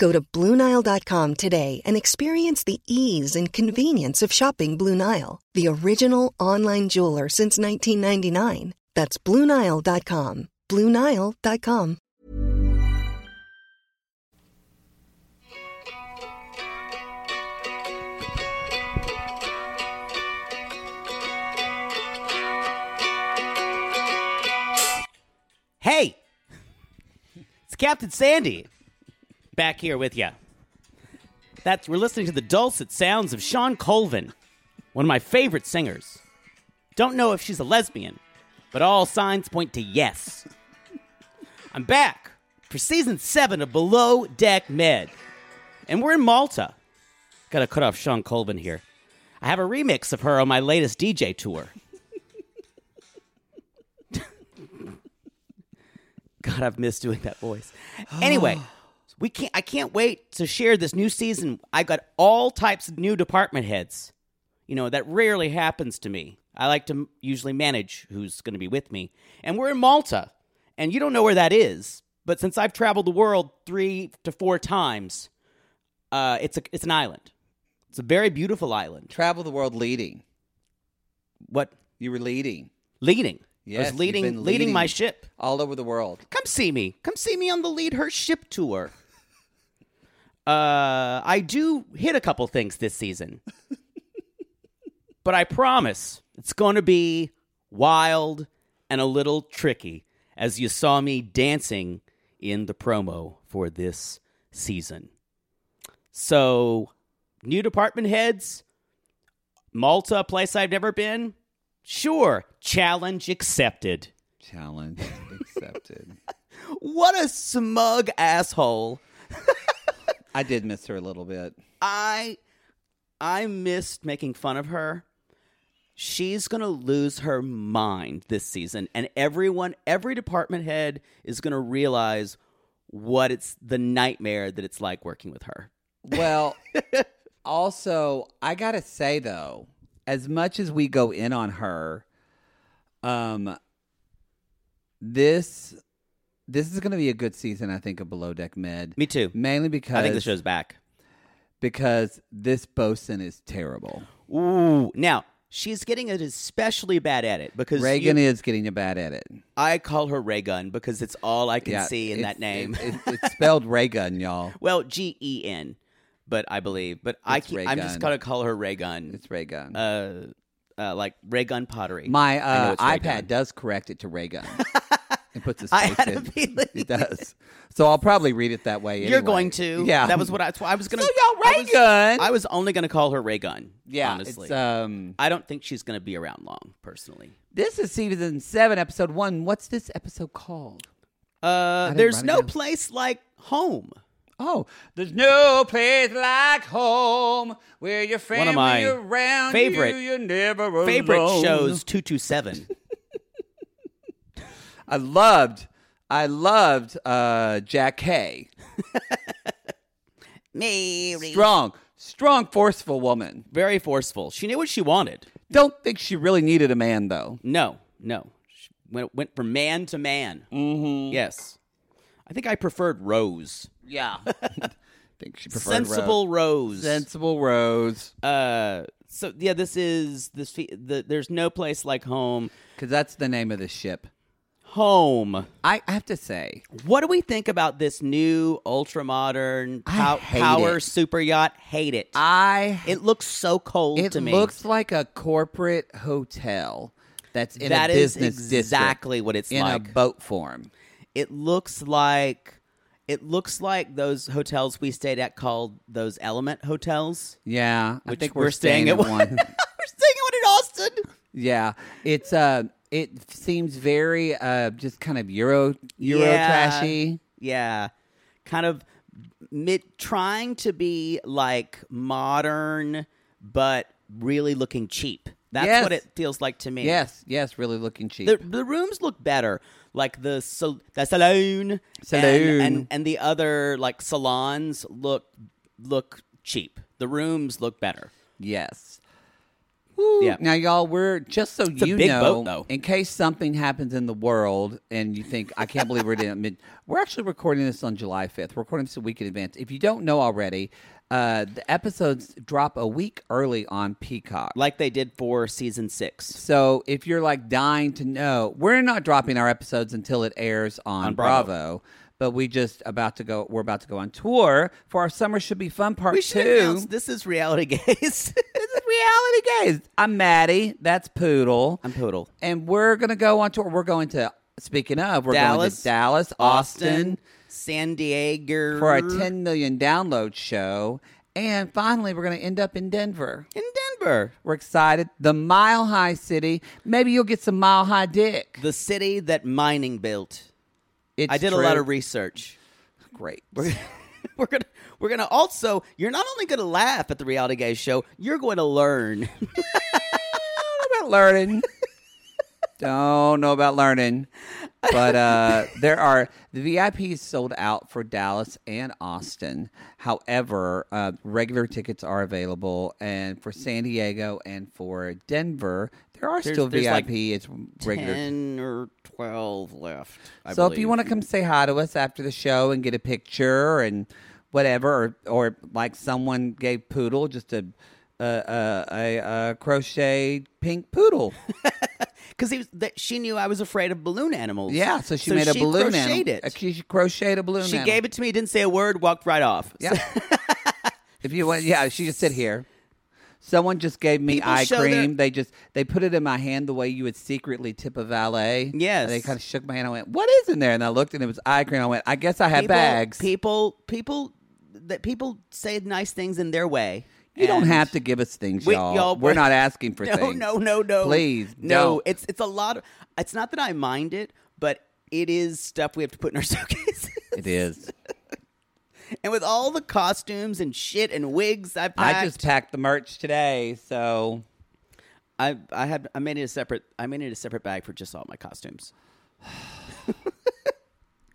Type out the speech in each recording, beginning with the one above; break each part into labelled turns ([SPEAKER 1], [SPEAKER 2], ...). [SPEAKER 1] Go to BlueNile.com today and experience the ease and convenience of shopping Blue Nile, the original online jeweler since 1999. That's BlueNile.com. BlueNile.com.
[SPEAKER 2] Hey, it's Captain Sandy back here with you. That's we're listening to the dulcet sounds of Sean Colvin, one of my favorite singers. Don't know if she's a lesbian, but all signs point to yes. I'm back for season seven of Below Deck Med, and we're in Malta. Gotta cut off Sean Colvin here. I have a remix of her on my latest DJ tour. God, I've missed doing that voice. Anyway, we can't. I can't wait to share this new season. I got all types of new department heads. You know that rarely happens to me. I like to m- usually manage who's going to be with me, and we're in Malta, and you don't know where that is. But since I've traveled the world three to four times, uh, it's a it's an island. It's a very beautiful island.
[SPEAKER 3] Travel the world leading.
[SPEAKER 2] What
[SPEAKER 3] You were leading.
[SPEAKER 2] leading? I
[SPEAKER 3] Yes, you've
[SPEAKER 2] was leading,
[SPEAKER 3] been
[SPEAKER 2] leading my
[SPEAKER 3] leading.
[SPEAKER 2] ship.
[SPEAKER 3] All over the world.
[SPEAKER 2] come see me. Come see me on the lead her ship tour. Uh, I do hit a couple things this season, but I promise it's going to be wild and a little tricky, as you saw me dancing in the promo for this season. So, new department heads, Malta, a place I've never been. Sure, challenge accepted.
[SPEAKER 3] Challenge accepted.
[SPEAKER 2] What a smug asshole.
[SPEAKER 3] I did miss her a little bit.
[SPEAKER 2] I I missed making fun of her. She's going to lose her mind this season and everyone every department head is going to realize what it's the nightmare that it's like working with her.
[SPEAKER 3] Well, also, I gotta say though, as much as we go in on her, um, this this is gonna be a good season, I think, of Below Deck Med.
[SPEAKER 2] Me too.
[SPEAKER 3] Mainly because
[SPEAKER 2] I think the show's back.
[SPEAKER 3] because this bosun is terrible.
[SPEAKER 2] Ooh. Now, she's getting an especially bad at it because
[SPEAKER 3] Reagan
[SPEAKER 2] you-
[SPEAKER 3] is getting a bad at it.
[SPEAKER 2] I call her Raygun because it's all I can see in
[SPEAKER 3] it's-
[SPEAKER 2] that name.
[SPEAKER 3] it- it- it's spelled Reagan, y'all.
[SPEAKER 2] well, G E N, but I believe, but I
[SPEAKER 3] It's
[SPEAKER 2] can,
[SPEAKER 3] Ray
[SPEAKER 2] I'm just
[SPEAKER 3] Gun.
[SPEAKER 2] gonna call her Ray Gun.
[SPEAKER 3] It's Reagan.
[SPEAKER 2] uh, uh, like ray gun pottery.
[SPEAKER 3] My
[SPEAKER 2] I know
[SPEAKER 3] uh,
[SPEAKER 2] it's Ray
[SPEAKER 3] iPad
[SPEAKER 2] Gun.
[SPEAKER 3] does correct it to Reagan. it puts a space
[SPEAKER 2] I had a
[SPEAKER 3] in.
[SPEAKER 2] feeling.
[SPEAKER 3] It does. So I'll probably read it that way.
[SPEAKER 2] You're
[SPEAKER 3] anyway.
[SPEAKER 2] going to.
[SPEAKER 3] Yeah.
[SPEAKER 2] That was what I, that's what I was gonna.
[SPEAKER 3] So y'all
[SPEAKER 2] I
[SPEAKER 3] Ray
[SPEAKER 2] was-
[SPEAKER 3] Gun.
[SPEAKER 2] I was only gonna call her ray gun.
[SPEAKER 3] Yeah.
[SPEAKER 2] honestly,
[SPEAKER 3] It's, um,
[SPEAKER 2] I don't think she's gonna be around long, personally.
[SPEAKER 3] this is season seven, episode one. What's this episode called?
[SPEAKER 2] Uh,
[SPEAKER 3] didn't
[SPEAKER 2] there's
[SPEAKER 3] write it
[SPEAKER 2] no
[SPEAKER 3] down.
[SPEAKER 2] place like home.
[SPEAKER 3] Oh, there's no place like home where your family
[SPEAKER 2] One of my
[SPEAKER 3] around
[SPEAKER 2] favorite-
[SPEAKER 3] you, you're never alone.
[SPEAKER 2] Favorite shows two two seven.
[SPEAKER 3] I loved, I loved uh, Jack Hay.
[SPEAKER 2] Mary,
[SPEAKER 3] Strong, strong, forceful woman.
[SPEAKER 2] very forceful. She knew what she wanted.
[SPEAKER 3] Don't think she really needed a man though.
[SPEAKER 2] No, no. She went, went from man to man. Mm-hmm. Yes. I think I preferred Rose.
[SPEAKER 3] Yeah. I think she preferred
[SPEAKER 2] Sensible Rose.
[SPEAKER 3] Rose. Sensible Rose.
[SPEAKER 2] uh, so yeah, this is this. fe- The, there's no place like home.
[SPEAKER 3] Because that's the name of the ship.
[SPEAKER 2] home.
[SPEAKER 3] I, I have to say,
[SPEAKER 2] What do we think about this new ultra modern
[SPEAKER 3] I
[SPEAKER 2] pow-
[SPEAKER 3] hate
[SPEAKER 2] power
[SPEAKER 3] it.
[SPEAKER 2] super yacht? Hate it.
[SPEAKER 3] I
[SPEAKER 2] it looks so cold
[SPEAKER 3] it
[SPEAKER 2] to me.
[SPEAKER 3] looks like a corporate hotel that's in
[SPEAKER 2] That
[SPEAKER 3] a
[SPEAKER 2] is
[SPEAKER 3] business district
[SPEAKER 2] exactly what it's
[SPEAKER 3] in a
[SPEAKER 2] like.
[SPEAKER 3] boat form.
[SPEAKER 2] it looks like it looks like those hotels we stayed at called those Element hotels.
[SPEAKER 3] Yeah, I
[SPEAKER 2] Which
[SPEAKER 3] think
[SPEAKER 2] we're
[SPEAKER 3] we're
[SPEAKER 2] staying
[SPEAKER 3] staying,
[SPEAKER 2] at
[SPEAKER 3] at
[SPEAKER 2] one.
[SPEAKER 3] one.
[SPEAKER 2] We're staying at one in Austin.
[SPEAKER 3] yeah, it's uh, it seems very uh, just kind of Euro Euro
[SPEAKER 2] Yeah.
[SPEAKER 3] trashy.
[SPEAKER 2] Yeah, kind of mid trying to be like modern, but really looking cheap. That's
[SPEAKER 3] Yes.
[SPEAKER 2] what it feels like to me.
[SPEAKER 3] Yes, yes, really looking cheap.
[SPEAKER 2] the the rooms look better. Like the sal- the saloon,
[SPEAKER 3] Saloon.
[SPEAKER 2] and, and and the other like salons look look cheap. The rooms look better.
[SPEAKER 3] yes. Woo.
[SPEAKER 2] Yeah.
[SPEAKER 3] Now, y'all, we're just so
[SPEAKER 2] a
[SPEAKER 3] you
[SPEAKER 2] big
[SPEAKER 3] know,
[SPEAKER 2] boat, though.
[SPEAKER 3] in case something happens in the world and you think, I can't believe we're doing it mid. We're actually recording this on July 5th. We're recording this a week in advance. If you don't know already, uh, the episodes drop a week early on Peacock.
[SPEAKER 2] like they did for season six.
[SPEAKER 3] So if you're like dying to know, we're not dropping our episodes until it airs on,
[SPEAKER 2] On Bravo.
[SPEAKER 3] Bravo. But we just about to go. We're about to go on tour for our summer should be fun part
[SPEAKER 2] We should announce
[SPEAKER 3] two.
[SPEAKER 2] this is reality gaze.
[SPEAKER 3] Reality gaze. I'm Maddie. That's Poodle.
[SPEAKER 2] I'm Poodle.
[SPEAKER 3] and we're gonna go on tour. We're going to. Speaking of, we're going
[SPEAKER 2] Dallas,
[SPEAKER 3] to Dallas, Austin,
[SPEAKER 2] San Diego
[SPEAKER 3] for our 10 million download show, and finally we're going to end up in Denver.
[SPEAKER 2] in Denver,
[SPEAKER 3] We're excited. The Mile High City. Maybe you'll get some Mile High dick.
[SPEAKER 2] the city that mining built.
[SPEAKER 3] It's
[SPEAKER 2] I did a lot
[SPEAKER 3] true.
[SPEAKER 2] of research.
[SPEAKER 3] great.
[SPEAKER 2] We're gonna we're gonna also. You're not only gonna laugh at the reality gaze show. You're going to learn.
[SPEAKER 3] about learning. Don't know about learning. But uh, there are the VIPs sold out for Dallas and Austin. However, uh, regular tickets are available, and for San Diego and for Denver, there are
[SPEAKER 2] There's-
[SPEAKER 3] still
[SPEAKER 2] there's
[SPEAKER 3] VIP.
[SPEAKER 2] like
[SPEAKER 3] it's regular.
[SPEAKER 2] Ten or twelve left. I
[SPEAKER 3] so if
[SPEAKER 2] believe.
[SPEAKER 3] you want to come say hi to us after the show and get a picture and whatever, or, or like someone gave Poodle just a a, a, a, a crocheted pink poodle.
[SPEAKER 2] because he was that she knew I was afraid of balloon animals.
[SPEAKER 3] Yeah, so she made a balloon
[SPEAKER 2] Crocheted
[SPEAKER 3] animal.
[SPEAKER 2] it.
[SPEAKER 3] Uh, She she crocheted a balloon
[SPEAKER 2] She
[SPEAKER 3] animal.
[SPEAKER 2] gave it to me, didn't say a word, walked right off. So
[SPEAKER 3] Yeah. if you want, yeah, she just sit here. Someone just gave me
[SPEAKER 2] People
[SPEAKER 3] eye
[SPEAKER 2] show
[SPEAKER 3] cream.
[SPEAKER 2] their-
[SPEAKER 3] They just they put it in my hand the way you would secretly tip a valet.
[SPEAKER 2] Yes.
[SPEAKER 3] And they kind of shook my hand. I went, "What is in there?" And I looked, and it was eye cream. I went, "I guess I had
[SPEAKER 2] people-
[SPEAKER 3] bags."
[SPEAKER 2] People, people, that people say nice things in their way.
[SPEAKER 3] you don't
[SPEAKER 2] and-
[SPEAKER 3] have to give us things,
[SPEAKER 2] We-
[SPEAKER 3] y'all.
[SPEAKER 2] y'all-
[SPEAKER 3] we're not asking for
[SPEAKER 2] No,
[SPEAKER 3] things.
[SPEAKER 2] no, no, no.
[SPEAKER 3] Please,
[SPEAKER 2] no.
[SPEAKER 3] don't.
[SPEAKER 2] It's it's a lot. Of, it's not that I mind it, but it is stuff we have to put in our suitcases.
[SPEAKER 3] It is.
[SPEAKER 2] and with all the costumes and shit and wigs, I packed.
[SPEAKER 3] I just packed the merch today, so
[SPEAKER 2] I I had I made it a separate. I made it a separate bag for just all my costumes.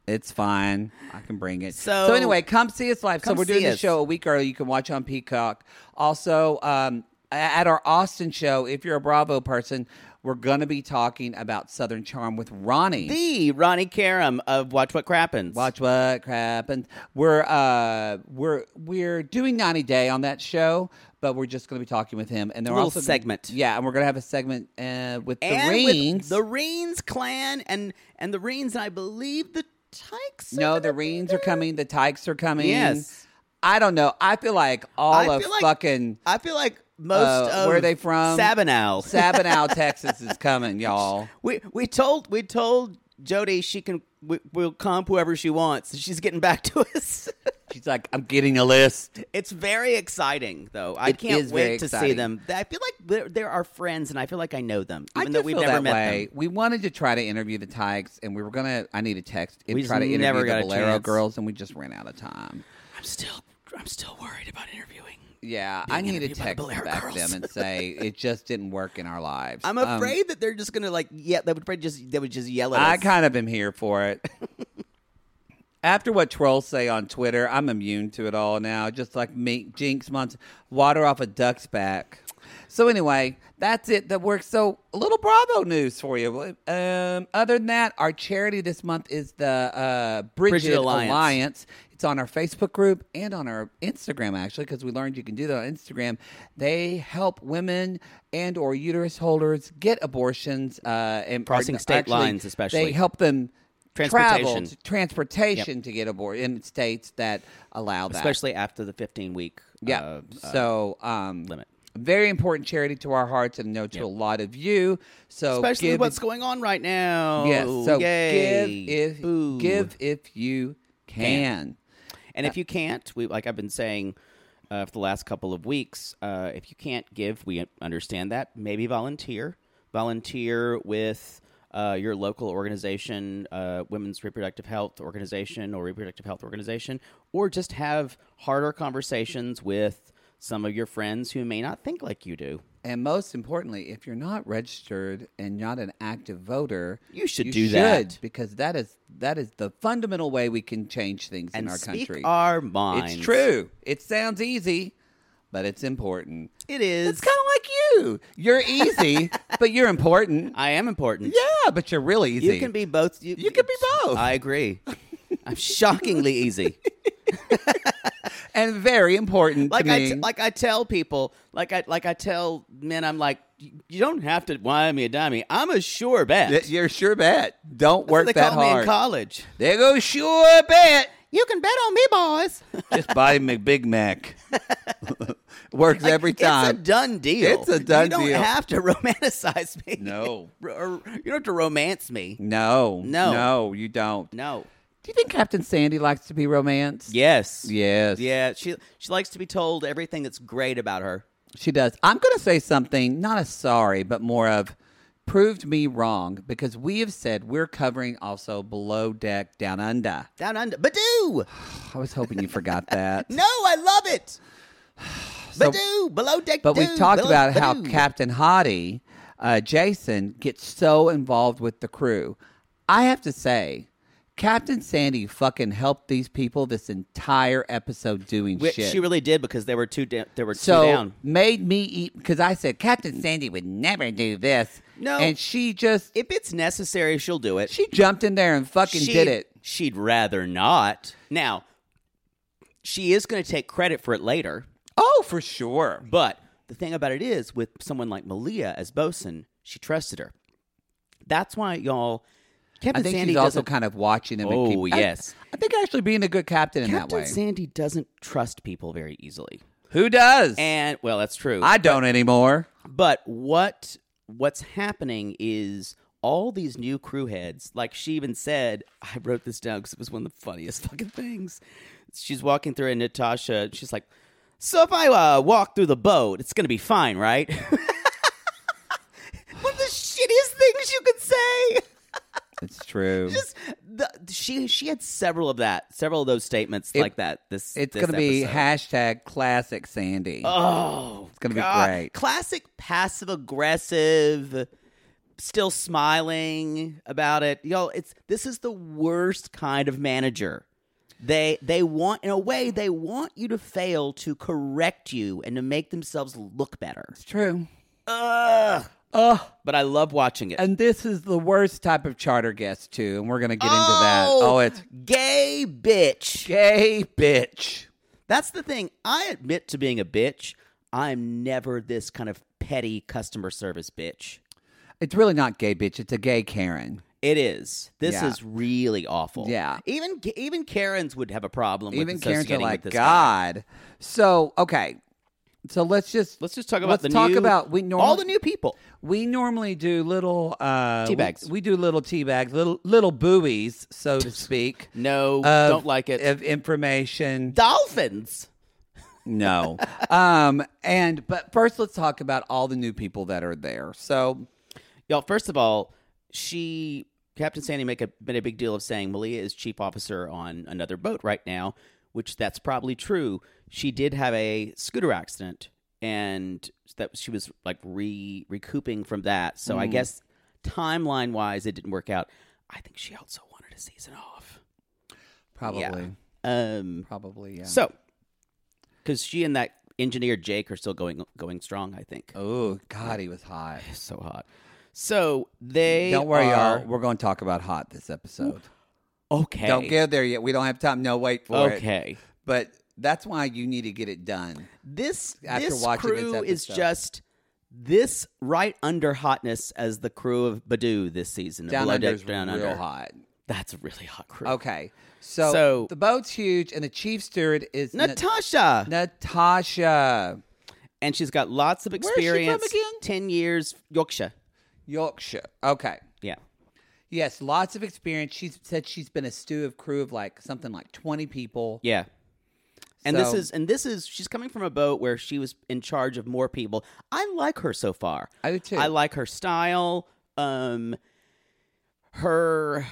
[SPEAKER 3] It's fine. I can bring it.
[SPEAKER 2] So-
[SPEAKER 3] So, anyway, come see us live. So
[SPEAKER 2] Come
[SPEAKER 3] we're doing
[SPEAKER 2] see
[SPEAKER 3] the
[SPEAKER 2] us.
[SPEAKER 3] show a week early. You can watch on Peacock. Also, um, a- at our Austin show, if you're a Bravo person, we're going to be talking about Southern Charm with Ronnie.
[SPEAKER 2] The Ronnie Karam of Watch What Crappens.
[SPEAKER 3] Watch what crap and we're uh we're we're doing 90 Day on that show, but we're just going to be talking with him and then
[SPEAKER 2] A
[SPEAKER 3] we're
[SPEAKER 2] little
[SPEAKER 3] also
[SPEAKER 2] segment.
[SPEAKER 3] Yeah, and we're going to have a segment uh, with
[SPEAKER 2] and
[SPEAKER 3] the
[SPEAKER 2] with
[SPEAKER 3] Reens.
[SPEAKER 2] the Reens clan, and and the Reens, and I believe the Tykes. are
[SPEAKER 3] No,
[SPEAKER 2] gonna
[SPEAKER 3] the
[SPEAKER 2] be
[SPEAKER 3] Reens
[SPEAKER 2] there.
[SPEAKER 3] are coming. The Tykes are coming.
[SPEAKER 2] Yes.
[SPEAKER 3] I don't know. I feel like all
[SPEAKER 2] I
[SPEAKER 3] of
[SPEAKER 2] feel like-
[SPEAKER 3] fucking
[SPEAKER 2] I feel like most
[SPEAKER 3] uh,
[SPEAKER 2] of
[SPEAKER 3] where are they from?
[SPEAKER 2] Sabinow.
[SPEAKER 3] Sabinow, Texas is coming, y'all.
[SPEAKER 2] we we told we told Jody she can we, we'll comp whoever she wants. She's getting back to us.
[SPEAKER 3] She's like, I'm getting a list.
[SPEAKER 2] it's very exciting though. I
[SPEAKER 3] It
[SPEAKER 2] can't
[SPEAKER 3] is very
[SPEAKER 2] wait to see
[SPEAKER 3] exciting.
[SPEAKER 2] them. I feel like they're, they're our friends, and I feel like I know them,
[SPEAKER 3] I
[SPEAKER 2] even
[SPEAKER 3] do
[SPEAKER 2] though we've
[SPEAKER 3] feel
[SPEAKER 2] never
[SPEAKER 3] that
[SPEAKER 2] met
[SPEAKER 3] way.
[SPEAKER 2] them.
[SPEAKER 3] We wanted to try to interview the Tykes, and we were gonna. I need a text and
[SPEAKER 2] We
[SPEAKER 3] try to
[SPEAKER 2] just
[SPEAKER 3] interview
[SPEAKER 2] never got a
[SPEAKER 3] the Bolero
[SPEAKER 2] chance.
[SPEAKER 3] girls, and we just ran out of time.
[SPEAKER 2] I'm still I'm still worried about interviewing.
[SPEAKER 3] Yeah, I need to
[SPEAKER 2] interviewed by the
[SPEAKER 3] text
[SPEAKER 2] Bolero
[SPEAKER 3] back
[SPEAKER 2] Girls.
[SPEAKER 3] them and say it just didn't work in our lives.
[SPEAKER 2] I'm
[SPEAKER 3] Um,
[SPEAKER 2] afraid that they're just gonna like yeah they would probably just they would just yell at
[SPEAKER 3] I
[SPEAKER 2] us.
[SPEAKER 3] kind of am here for it. After what trolls say on Twitter, I'm immune to it all now. Just like me, Jinx months water off a duck's back. So anyway, that's it. That works. So a little Bravo news for you. Um, other than that, our charity this month is the uh, Bridget,
[SPEAKER 2] Alliance.
[SPEAKER 3] Alliance. It's on our Facebook group and on our Instagram actually because we learned you can do that on Instagram. They help women and or uterus holders get abortions uh, and
[SPEAKER 2] Crossing
[SPEAKER 3] or-
[SPEAKER 2] state lines
[SPEAKER 3] They
[SPEAKER 2] especially.
[SPEAKER 3] help them travel
[SPEAKER 2] Transportation.
[SPEAKER 3] to transportation to get abortion in states that allow that.
[SPEAKER 2] especially after the 15 week uh,
[SPEAKER 3] Yeah. so um,
[SPEAKER 2] limit.
[SPEAKER 3] Very important charity to our hearts, and I know to a lot of you. So
[SPEAKER 2] especially
[SPEAKER 3] give
[SPEAKER 2] what's going on right now.
[SPEAKER 3] Yes. So
[SPEAKER 2] Yay.
[SPEAKER 3] give if
[SPEAKER 2] Boo.
[SPEAKER 3] give if you can.
[SPEAKER 2] And if you can't, we like I've been saying uh, for the last couple of weeks, uh, if you can't give, we understand that. Maybe volunteer, volunteer with uh, your local organization, uh, women's reproductive health organization, or reproductive health organization, or just have harder conversations with some of your friends who may not think like you do.
[SPEAKER 3] And most importantly, if you're not registered and not an active voter,
[SPEAKER 2] You should do that.
[SPEAKER 3] because that is that is the fundamental way we can change things
[SPEAKER 2] And
[SPEAKER 3] in our
[SPEAKER 2] speak
[SPEAKER 3] country.
[SPEAKER 2] our minds.
[SPEAKER 3] it's true. It sounds easy, but it's important.
[SPEAKER 2] It is.
[SPEAKER 3] It's kind of like you. You're easy, but you're important.
[SPEAKER 2] I am important.
[SPEAKER 3] Yeah, but you're really easy.
[SPEAKER 2] You can be both. You,
[SPEAKER 3] You can be both.
[SPEAKER 2] I agree. I'm shockingly easy.
[SPEAKER 3] and very important
[SPEAKER 2] Like
[SPEAKER 3] to
[SPEAKER 2] I
[SPEAKER 3] me.
[SPEAKER 2] t- like I tell people, like I like I tell men, I'm like, you don't have to wine me a dime me. I'm a sure bet.
[SPEAKER 3] Y- you're sure bet. Don't work
[SPEAKER 2] they
[SPEAKER 3] that
[SPEAKER 2] call me in
[SPEAKER 3] hard.
[SPEAKER 2] college.
[SPEAKER 3] there goes sure bet.
[SPEAKER 2] You can bet on me, boys.
[SPEAKER 3] Just buy McBig Mac. Works every
[SPEAKER 2] It's a
[SPEAKER 3] time.
[SPEAKER 2] done deal.
[SPEAKER 3] It's a done
[SPEAKER 2] You don't
[SPEAKER 3] deal.
[SPEAKER 2] have to romanticize me.
[SPEAKER 3] No.
[SPEAKER 2] Or- or you don't have to romance me.
[SPEAKER 3] no,
[SPEAKER 2] No.
[SPEAKER 3] no, you don't.
[SPEAKER 2] No.
[SPEAKER 3] Do you think Captain Sandy likes to be romanced?
[SPEAKER 2] Yes.
[SPEAKER 3] Yes.
[SPEAKER 2] Yeah. She she likes to be told everything that's great about her.
[SPEAKER 3] She does. I'm going to say something, not a sorry, but more of proved me wrong because we have said we're covering also below deck down under.
[SPEAKER 2] Down under. Badoo.
[SPEAKER 3] I was hoping you forgot that.
[SPEAKER 2] No, I love it.
[SPEAKER 3] So-
[SPEAKER 2] Badoo, below deck.
[SPEAKER 3] But we've
[SPEAKER 2] doo,
[SPEAKER 3] talked
[SPEAKER 2] below-
[SPEAKER 3] about how
[SPEAKER 2] badoo.
[SPEAKER 3] Captain Hottie, uh, Jason, gets so involved with the crew. I have to say, Captain Sandy fucking helped these people this entire episode doing
[SPEAKER 2] Which
[SPEAKER 3] shit.
[SPEAKER 2] she really did because they were two. Da- they were
[SPEAKER 3] so
[SPEAKER 2] two down.
[SPEAKER 3] made me eat because I said Captain Sandy would never do this.
[SPEAKER 2] No.
[SPEAKER 3] and she just
[SPEAKER 2] If it's necessary, she'll do it.
[SPEAKER 3] she jumped in there and fucking
[SPEAKER 2] She-
[SPEAKER 3] did it.
[SPEAKER 2] She'd rather not. Now, she is going to take credit for it later.
[SPEAKER 3] Oh, for sure.
[SPEAKER 2] But the thing about it is, with someone like Malia as bosun, she trusted her. That's why y'all.
[SPEAKER 3] I
[SPEAKER 2] Captain
[SPEAKER 3] think
[SPEAKER 2] Sandy
[SPEAKER 3] she's also
[SPEAKER 2] doesn't-
[SPEAKER 3] kind of watching him. and
[SPEAKER 2] Oh,
[SPEAKER 3] keep, I-
[SPEAKER 2] yes.
[SPEAKER 3] I, think actually being a good captain in that
[SPEAKER 2] Captain
[SPEAKER 3] way.
[SPEAKER 2] Sandy doesn't trust people very easily.
[SPEAKER 3] Who does?
[SPEAKER 2] And well, that's true.
[SPEAKER 3] I don't anymore.
[SPEAKER 2] But what what's happening is all these new crew heads, like she even said, I wrote this down because it was one of the funniest fucking things. She's walking through and Natasha, she's like, "So if I uh, walk through the boat, it's gonna be fine, right?" One of the shittiest things you could say.
[SPEAKER 3] It's true.
[SPEAKER 2] Just the, she she had several of that, several of those statements like that. This
[SPEAKER 3] It's
[SPEAKER 2] this
[SPEAKER 3] going to be
[SPEAKER 2] episode.
[SPEAKER 3] hashtag classic Sandy.
[SPEAKER 2] Oh, it's
[SPEAKER 3] gonna be great.
[SPEAKER 2] Classic passive aggressive, still smiling about it. Y'all, it's this is the worst kind of manager. They they want in a way they want you to fail to correct you and to make themselves look better.
[SPEAKER 3] it's true.
[SPEAKER 2] Ugh. Ugh. But I love watching it.
[SPEAKER 3] And this is the worst type of charter guest, too. And we're going to get into that. Oh, it's
[SPEAKER 2] gay bitch.
[SPEAKER 3] gay bitch.
[SPEAKER 2] That's the thing. I admit to being a bitch. I'm never this kind of petty customer service bitch.
[SPEAKER 3] It's really not gay bitch. It's a gay Karen.
[SPEAKER 2] It is. This
[SPEAKER 3] Yeah.
[SPEAKER 2] is really awful.
[SPEAKER 3] Yeah.
[SPEAKER 2] Even even Karens would have a problem. with
[SPEAKER 3] Even Karen's are
[SPEAKER 2] associating
[SPEAKER 3] like,
[SPEAKER 2] with this guy.
[SPEAKER 3] God. So, okay. So let's just
[SPEAKER 2] Let's just talk about
[SPEAKER 3] let's
[SPEAKER 2] the
[SPEAKER 3] talk
[SPEAKER 2] new-
[SPEAKER 3] about we normally
[SPEAKER 2] all the new people.
[SPEAKER 3] we normally do little uh,
[SPEAKER 2] Tea bags.
[SPEAKER 3] We, we do little tea bags, little little buoys, so to speak.
[SPEAKER 2] No,
[SPEAKER 3] of-
[SPEAKER 2] don't like it.
[SPEAKER 3] of information.
[SPEAKER 2] Dolphins.
[SPEAKER 3] No. um, and but first let's talk about all the new people that are there. So
[SPEAKER 2] Y'all, first of all, she Captain Sandy make a made a big deal of saying Malia is chief officer on another boat right now, which that's probably true. She did have a scooter accident and that she was like re recouping from that. So
[SPEAKER 3] Mm-hmm.
[SPEAKER 2] I guess timeline wise it didn't work out. I think she also wanted a season off.
[SPEAKER 3] probably.
[SPEAKER 2] Um
[SPEAKER 3] Probably, yeah.
[SPEAKER 2] so cuz she and that engineer Jake are still going going strong, I think.
[SPEAKER 3] Oh God, he was hot.
[SPEAKER 2] So hot. So they
[SPEAKER 3] Don't worry,
[SPEAKER 2] are,
[SPEAKER 3] y'all. We're going to talk about hot this episode.
[SPEAKER 2] Okay.
[SPEAKER 3] Don't go there yet. We don't have time. No, wait for it.
[SPEAKER 2] Okay.
[SPEAKER 3] But that's why you need to get it done.
[SPEAKER 2] This
[SPEAKER 3] After
[SPEAKER 2] this
[SPEAKER 3] watching this
[SPEAKER 2] crew is
[SPEAKER 3] episode.
[SPEAKER 2] just this right under hotness as the crew of Badoo this season. of
[SPEAKER 3] Down
[SPEAKER 2] Below
[SPEAKER 3] under is
[SPEAKER 2] Deck Down
[SPEAKER 3] real
[SPEAKER 2] Under.
[SPEAKER 3] hot.
[SPEAKER 2] That's a really hot crew.
[SPEAKER 3] Okay. So,
[SPEAKER 2] So-
[SPEAKER 3] the boat's huge, and the chief steward is Na-
[SPEAKER 2] Natasha,
[SPEAKER 3] Natasha,
[SPEAKER 2] and she's got lots of
[SPEAKER 3] she from
[SPEAKER 2] experience.
[SPEAKER 3] again?
[SPEAKER 2] Ten years, Yorkshire.
[SPEAKER 3] Yorkshire. Okay.
[SPEAKER 2] Yeah.
[SPEAKER 3] Yes, lots of experience. She said she's been a stew of crew of like something like 20 people.
[SPEAKER 2] Yeah. And this
[SPEAKER 3] So-
[SPEAKER 2] is and this is she's coming from a boat where she was in charge of more people. I like her so far.
[SPEAKER 3] I do too.
[SPEAKER 2] I like her style. Um her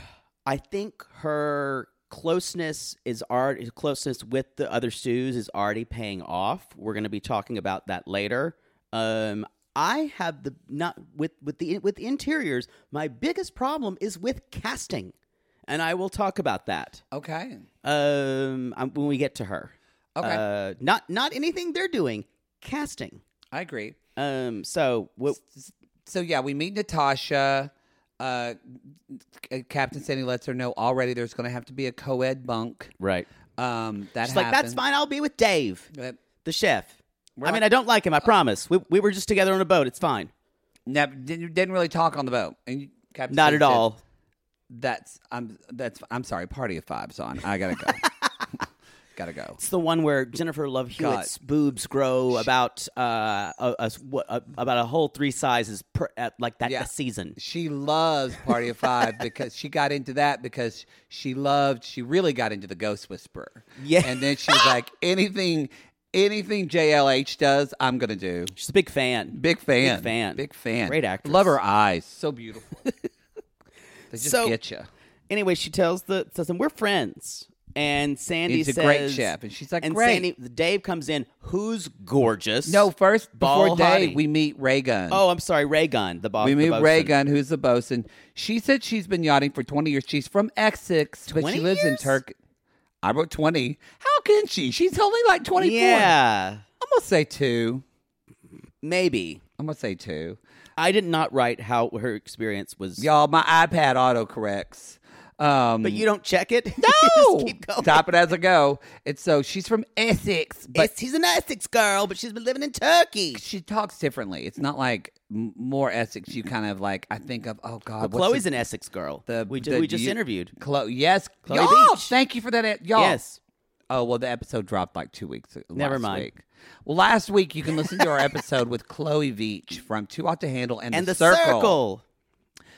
[SPEAKER 2] I think her closeness is already closeness with the other stews is already paying off. We're going to be talking about that later. Um I have the not with with the with the interiors, my biggest problem is with casting. And I will talk about that.
[SPEAKER 3] Okay.
[SPEAKER 2] Um, um, when we get to her.
[SPEAKER 3] Okay.
[SPEAKER 2] Uh, not not anything they're doing. Casting.
[SPEAKER 3] I agree.
[SPEAKER 2] Um. So what?
[SPEAKER 3] So yeah, we meet Natasha. Uh, C- Captain Sandy lets her know already there's going to have to be a co-ed bunk.
[SPEAKER 2] Right.
[SPEAKER 3] Um, that
[SPEAKER 2] She's like, that's
[SPEAKER 3] happened."
[SPEAKER 2] fine. I'll be with Dave,
[SPEAKER 3] But
[SPEAKER 2] the chef. I
[SPEAKER 3] like-
[SPEAKER 2] mean, I don't like him.
[SPEAKER 3] Uh,
[SPEAKER 2] I promise. We we were just together on a boat. It's fine.
[SPEAKER 3] never didn't, didn't really talk on the boat. And you- Captain
[SPEAKER 2] Not
[SPEAKER 3] Sandy
[SPEAKER 2] at
[SPEAKER 3] said,
[SPEAKER 2] all.
[SPEAKER 3] That's I'm that's I'm sorry. Party of five's on. I gotta go. gotta go.
[SPEAKER 2] It's the one where Jennifer Love Hewitt's boobs grow about uh a, a- what- a- about a whole three sizes per at, like that
[SPEAKER 3] Yeah.
[SPEAKER 2] a season.
[SPEAKER 3] She loves Party of Five because she got into that because she loved. She really got into the Ghost Whisperer.
[SPEAKER 2] Yeah.
[SPEAKER 3] and then she was like, anything, anything JLH does, I'm gonna do.
[SPEAKER 2] She's a big fan.
[SPEAKER 3] Big fan.
[SPEAKER 2] Big fan.
[SPEAKER 3] Big fan.
[SPEAKER 2] Great actress.
[SPEAKER 3] Love her eyes. So beautiful. they just
[SPEAKER 2] So-
[SPEAKER 3] get you.
[SPEAKER 2] anyway, she tells the tells him we're friends, and Sandy
[SPEAKER 3] He's a
[SPEAKER 2] says,
[SPEAKER 3] great chef. And she's like,
[SPEAKER 2] and
[SPEAKER 3] "Great."
[SPEAKER 2] Sandy, Dave comes in, who's gorgeous.
[SPEAKER 3] No, first
[SPEAKER 2] Ball
[SPEAKER 3] before day,
[SPEAKER 2] hottie.
[SPEAKER 3] we meet Raygun.
[SPEAKER 2] oh, I'm sorry, Raygun, the boss.
[SPEAKER 3] we
[SPEAKER 2] the
[SPEAKER 3] meet
[SPEAKER 2] bosun.
[SPEAKER 3] Raygun, who's the bosun. She said she's been yachting for 20 years. She's from Essex, but
[SPEAKER 2] 20
[SPEAKER 3] she lives in
[SPEAKER 2] years?
[SPEAKER 3] Turkey. I wrote 20. How can she? She's only like 24.
[SPEAKER 2] Yeah,
[SPEAKER 3] I'm going to say two.
[SPEAKER 2] maybe.
[SPEAKER 3] I'm going to say two.
[SPEAKER 2] I did not write how her experience was,
[SPEAKER 3] Y'all, my iPad autocorrects. Um,
[SPEAKER 2] but you don't check it. You
[SPEAKER 3] no!
[SPEAKER 2] just keep going.
[SPEAKER 3] Top it as I go. And so she's from Essex, but
[SPEAKER 2] It's- she's an Essex girl, but she's been living in Turkey.
[SPEAKER 3] she talks differently. It's not like m- more Essex. You kind of like I think of oh god. what's
[SPEAKER 2] Chloe's
[SPEAKER 3] the-
[SPEAKER 2] an Essex girl.
[SPEAKER 3] the-
[SPEAKER 2] we, ju-
[SPEAKER 3] the-
[SPEAKER 2] we just
[SPEAKER 3] you-
[SPEAKER 2] interviewed.
[SPEAKER 3] Chloe. Yes,
[SPEAKER 2] Chloe
[SPEAKER 3] y'all.
[SPEAKER 2] Beach.
[SPEAKER 3] Thank you for that, e- y'all.
[SPEAKER 2] Yes.
[SPEAKER 3] Oh well, the episode dropped like two weeks. uh,
[SPEAKER 2] Never
[SPEAKER 3] last
[SPEAKER 2] mind.
[SPEAKER 3] Week. Well, last week you can listen to our episode with Chloe Veach from Too Hot to Handle and,
[SPEAKER 2] and the, circle.
[SPEAKER 3] Circle.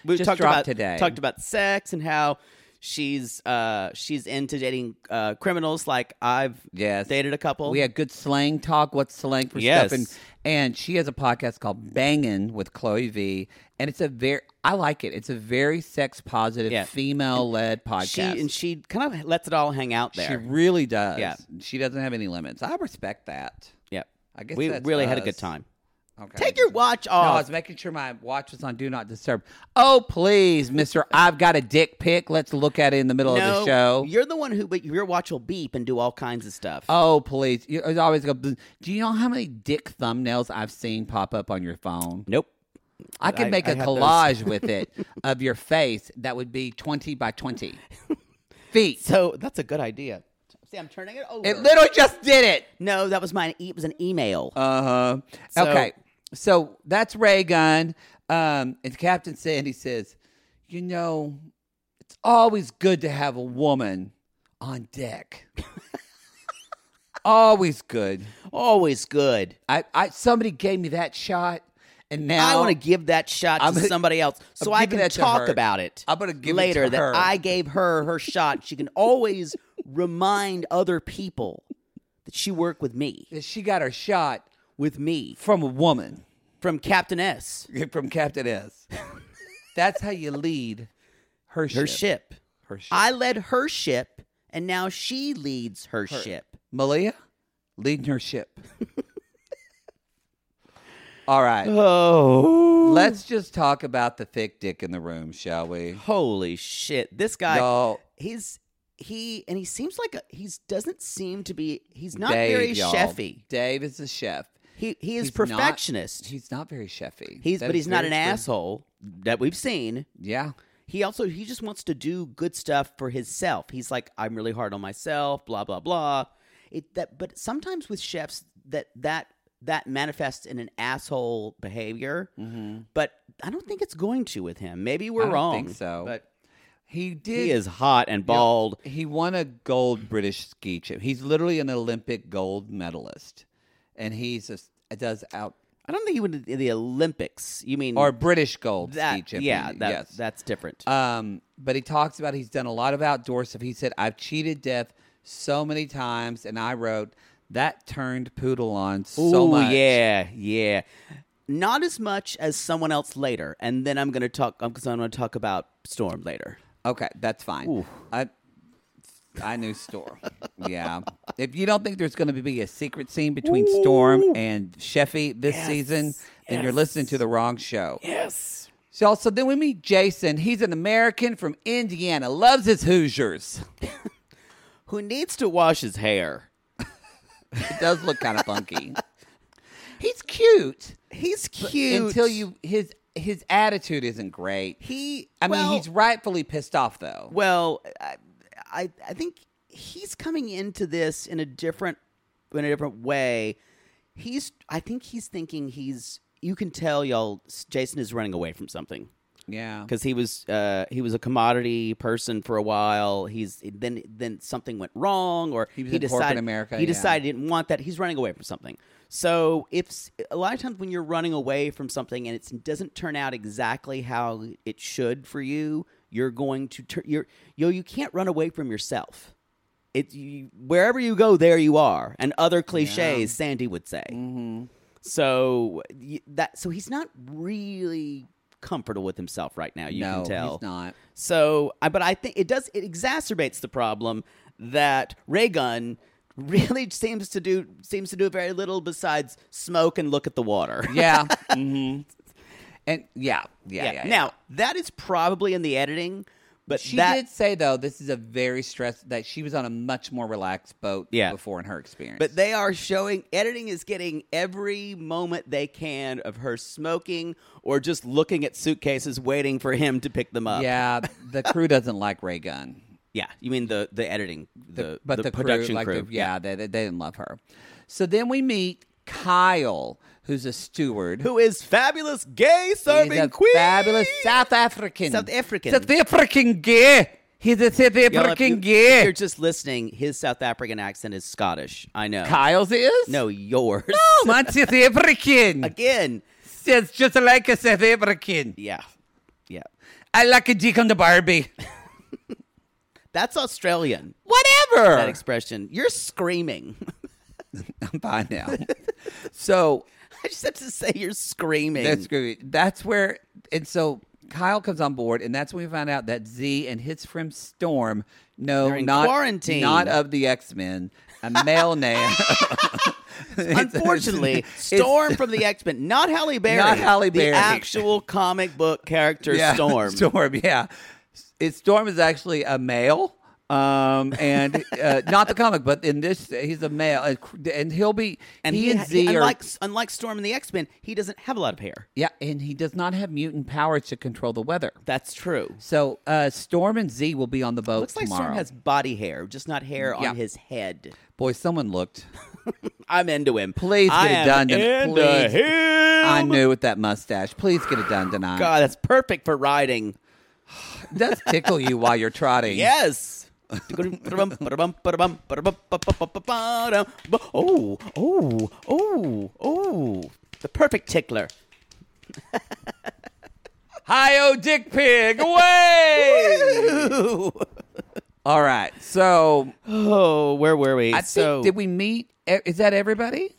[SPEAKER 2] We
[SPEAKER 3] Just
[SPEAKER 2] talked
[SPEAKER 3] dropped
[SPEAKER 2] about
[SPEAKER 3] today.
[SPEAKER 2] Talked about sex and how she's uh she's into dating uh criminals. Like I've
[SPEAKER 3] Yes.
[SPEAKER 2] dated a couple.
[SPEAKER 3] We had good slang talk. What's slang for
[SPEAKER 2] Yes.
[SPEAKER 3] stuff? And, and she has a podcast called Bangin' with Chloe V. And it's a very, I like it. It's a very sex positive,
[SPEAKER 2] Yeah.
[SPEAKER 3] female led podcast.
[SPEAKER 2] she and she kind of lets it all hang out there.
[SPEAKER 3] She really does.
[SPEAKER 2] Yeah.
[SPEAKER 3] She doesn't have any limits. I respect that.
[SPEAKER 2] yeah,
[SPEAKER 3] I guess
[SPEAKER 2] we
[SPEAKER 3] that's
[SPEAKER 2] really had a
[SPEAKER 3] us.
[SPEAKER 2] good time.
[SPEAKER 3] Okay.
[SPEAKER 2] Take your watch
[SPEAKER 3] No, I
[SPEAKER 2] off.
[SPEAKER 3] was making sure my watch was on Do Not Disturb. Oh, please, Mr. I've got a dick pic. Let's look at it in the middle of the show.
[SPEAKER 2] you're the one who, but your watch will beep and do all kinds of stuff.
[SPEAKER 3] Oh, please. You it's always go. Do you know how many dick thumbnails I've seen pop up on your phone?
[SPEAKER 2] nope.
[SPEAKER 3] I could
[SPEAKER 2] I-
[SPEAKER 3] make
[SPEAKER 2] I
[SPEAKER 3] a
[SPEAKER 2] have those.
[SPEAKER 3] collage with it of your face that would be 20 by 20 feet.
[SPEAKER 2] So that's a good idea. See, I'm turning it over.
[SPEAKER 3] It literally just did it.
[SPEAKER 2] no, that was mine. It was an email.
[SPEAKER 3] Uh huh. okay. So that's Ray Gun. Um, and Captain Sandy says, You know, it's always good to have a woman on deck. always good.
[SPEAKER 2] Always good.
[SPEAKER 3] I, I Somebody gave me that shot, and now
[SPEAKER 2] I want to give that shot
[SPEAKER 3] I'm
[SPEAKER 2] to
[SPEAKER 3] gonna-
[SPEAKER 2] somebody else so
[SPEAKER 3] I'm
[SPEAKER 2] I
[SPEAKER 3] giving
[SPEAKER 2] can
[SPEAKER 3] that to
[SPEAKER 2] talk
[SPEAKER 3] her.
[SPEAKER 2] about it.
[SPEAKER 3] I'm gonna give it
[SPEAKER 2] later
[SPEAKER 3] to
[SPEAKER 2] that
[SPEAKER 3] her.
[SPEAKER 2] I gave her her shot. She can always remind other people that she worked with me,
[SPEAKER 3] that she got her shot
[SPEAKER 2] with me
[SPEAKER 3] from a woman.
[SPEAKER 2] from Captain S,
[SPEAKER 3] from Captain S. That's how you lead her ship.
[SPEAKER 2] her ship.
[SPEAKER 3] Her ship.
[SPEAKER 2] I led her ship, and now she leads her, ship.
[SPEAKER 3] Malia, leading her ship. All right.
[SPEAKER 2] Oh,
[SPEAKER 3] Let's just talk about the thick dick in the room, shall we?
[SPEAKER 2] holy shit! This guy,
[SPEAKER 3] Y'all,
[SPEAKER 2] he's he, and he seems like a, he's doesn't seem to be. He's not
[SPEAKER 3] Dave,
[SPEAKER 2] very
[SPEAKER 3] y'all.
[SPEAKER 2] chefy.
[SPEAKER 3] Dave is a chef.
[SPEAKER 2] He he
[SPEAKER 3] He's
[SPEAKER 2] is
[SPEAKER 3] not-
[SPEAKER 2] perfectionist.
[SPEAKER 3] he's not very chefy.
[SPEAKER 2] He's
[SPEAKER 3] That
[SPEAKER 2] but
[SPEAKER 3] is
[SPEAKER 2] he's not
[SPEAKER 3] very
[SPEAKER 2] an
[SPEAKER 3] true.
[SPEAKER 2] asshole that we've seen.
[SPEAKER 3] Yeah.
[SPEAKER 2] He also he just wants to do good stuff for himself. He's like, I'm really hard on myself, blah blah blah. It that but sometimes with chefs that that that manifests in an asshole behavior. But I don't think it's going to with him. Maybe we're
[SPEAKER 3] Mm-hmm. I don't
[SPEAKER 2] wrong.
[SPEAKER 3] think so.
[SPEAKER 2] But
[SPEAKER 3] He did.
[SPEAKER 2] he is hot and bald.
[SPEAKER 3] He won a gold British ski chip. He's literally an Olympic gold medalist, and he's just does out
[SPEAKER 2] I don't think he went to the Olympics. You mean
[SPEAKER 3] or British gold ski
[SPEAKER 2] that?
[SPEAKER 3] chip.
[SPEAKER 2] Yeah,
[SPEAKER 3] meaning,
[SPEAKER 2] that,
[SPEAKER 3] yes.
[SPEAKER 2] that's different.
[SPEAKER 3] Um, but he talks about he's done a lot of outdoor stuff. He said, "I've cheated death so many times," and I wrote that turned poodle on so
[SPEAKER 2] Ooh,
[SPEAKER 3] much.
[SPEAKER 2] Yeah, yeah. Not as much as someone else later, and then I'm gonna talk because I'm gonna talk about Storm later.
[SPEAKER 3] Okay, that's fine.
[SPEAKER 2] Ooh.
[SPEAKER 3] I I knew Storm. yeah. If you don't think there's going to be a secret scene between Storm and Sheffy this season, then you're listening to the wrong show.
[SPEAKER 2] Yes.
[SPEAKER 3] So, so then we meet Jason. He's an American from Indiana. Loves his Hoosiers.
[SPEAKER 2] Who needs to wash his hair?
[SPEAKER 3] It does look kind of funky. He's cute.
[SPEAKER 2] He's
[SPEAKER 3] but
[SPEAKER 2] cute
[SPEAKER 3] Until you his his attitude isn't great.
[SPEAKER 2] He.
[SPEAKER 3] I
[SPEAKER 2] well-
[SPEAKER 3] mean, he's rightfully pissed off though.
[SPEAKER 2] Well, I, I I think he's coming into this in a different in a different way. He's I think he's thinking he's you can tell y'all Jason is running away from something.
[SPEAKER 3] yeah.
[SPEAKER 2] because he was uh, he was a commodity person for a while. He's then then something went wrong, or
[SPEAKER 3] He was in corporate
[SPEAKER 2] decided
[SPEAKER 3] America,
[SPEAKER 2] he
[SPEAKER 3] yeah.
[SPEAKER 2] decided he didn't want that. He's running away from something. So if s- a lot of times when you're running away from something and it doesn't turn out exactly how it should for you, you're going to turn you're yo you can't run away from yourself. It you, wherever you go, there you are, and other cliches Sandy would say.
[SPEAKER 3] Mm-hmm.
[SPEAKER 2] So y- that so he's not really comfortable with himself right now. You
[SPEAKER 3] no,
[SPEAKER 2] can tell
[SPEAKER 3] he's not.
[SPEAKER 2] So, I- but I think it does it exacerbates the problem that Raygun really seems to do seems to do very little besides smoke and look at the water.
[SPEAKER 3] Yeah. hmm And yeah, yeah, yeah. yeah.
[SPEAKER 2] now that is probably in the editing, but
[SPEAKER 3] She
[SPEAKER 2] that,
[SPEAKER 3] did say though, this is a very stress that she was on a much more relaxed boat
[SPEAKER 2] Yeah.
[SPEAKER 3] before in her experience.
[SPEAKER 2] But they are showing editing is getting every moment they can of her smoking or just looking at suitcases waiting for him to pick them up.
[SPEAKER 3] yeah, the crew doesn't like Ray Gunn.
[SPEAKER 2] Yeah, you mean the the editing, the,
[SPEAKER 3] but the, crew,
[SPEAKER 2] production
[SPEAKER 3] like
[SPEAKER 2] crew.
[SPEAKER 3] The, yeah, They, they they didn't love her. So then we meet Kyle, who's a steward.
[SPEAKER 2] who is fabulous gay serving
[SPEAKER 3] He's a
[SPEAKER 2] queen?
[SPEAKER 3] fabulous South African.
[SPEAKER 2] South African.
[SPEAKER 3] South African gay. He's a South
[SPEAKER 2] Y'all, if
[SPEAKER 3] African
[SPEAKER 2] you- if
[SPEAKER 3] gay.
[SPEAKER 2] You're just listening. His South African accent is Scottish. I know.
[SPEAKER 3] Kyle's is?
[SPEAKER 2] No, yours.
[SPEAKER 3] Oh, man, South African.
[SPEAKER 2] Again.
[SPEAKER 3] It's just like a South African.
[SPEAKER 2] Yeah, yeah.
[SPEAKER 3] I like a dick on the Barbie.
[SPEAKER 2] That's Australian.
[SPEAKER 3] Whatever.
[SPEAKER 2] That expression. You're screaming.
[SPEAKER 3] I'm fine now. so
[SPEAKER 2] I just have to say you're screaming.
[SPEAKER 3] that's great. That's where, and so Kyle comes on board, and that's when we find out that Z and his friend Storm, no,
[SPEAKER 2] They're in
[SPEAKER 3] not
[SPEAKER 2] quarantine.
[SPEAKER 3] not of the X Men, a male name.
[SPEAKER 2] Unfortunately, Storm from the X Men, not Halle Berry,
[SPEAKER 3] Not Halle Berry.
[SPEAKER 2] the actual comic book character
[SPEAKER 3] yeah,
[SPEAKER 2] Storm.
[SPEAKER 3] Storm, yeah. It, Storm is actually a male, um, and uh, not the comic, but in this, he's a male, and- and he'll be.
[SPEAKER 2] And
[SPEAKER 3] he,
[SPEAKER 2] he,
[SPEAKER 3] and Z are
[SPEAKER 2] unlike unlike Storm in the X Men, he doesn't have a lot of hair.
[SPEAKER 3] yeah, and he does not have mutant powers to control the weather.
[SPEAKER 2] That's true.
[SPEAKER 3] So uh, Storm and Z will be on the boat
[SPEAKER 2] Looks like
[SPEAKER 3] tomorrow.
[SPEAKER 2] Storm has body hair, just not hair
[SPEAKER 3] Yeah.
[SPEAKER 2] on his head.
[SPEAKER 3] Boy, someone looked.
[SPEAKER 2] I'm into him.
[SPEAKER 3] Please get
[SPEAKER 2] I
[SPEAKER 3] it
[SPEAKER 2] am
[SPEAKER 3] done to me.
[SPEAKER 2] into
[SPEAKER 3] Please.
[SPEAKER 2] him.
[SPEAKER 3] I knew with that mustache. Please get it done tonight.
[SPEAKER 2] God, that's perfect for riding.
[SPEAKER 3] It does tickle you while you're trotting.
[SPEAKER 2] Yes. oh, oh, oh, oh. The perfect tickler.
[SPEAKER 3] Hi-o dick pig, away!
[SPEAKER 2] Ooh.
[SPEAKER 3] All right. So
[SPEAKER 2] Oh, where were we?
[SPEAKER 3] I think
[SPEAKER 2] so,
[SPEAKER 3] did we meet? e- Is that everybody?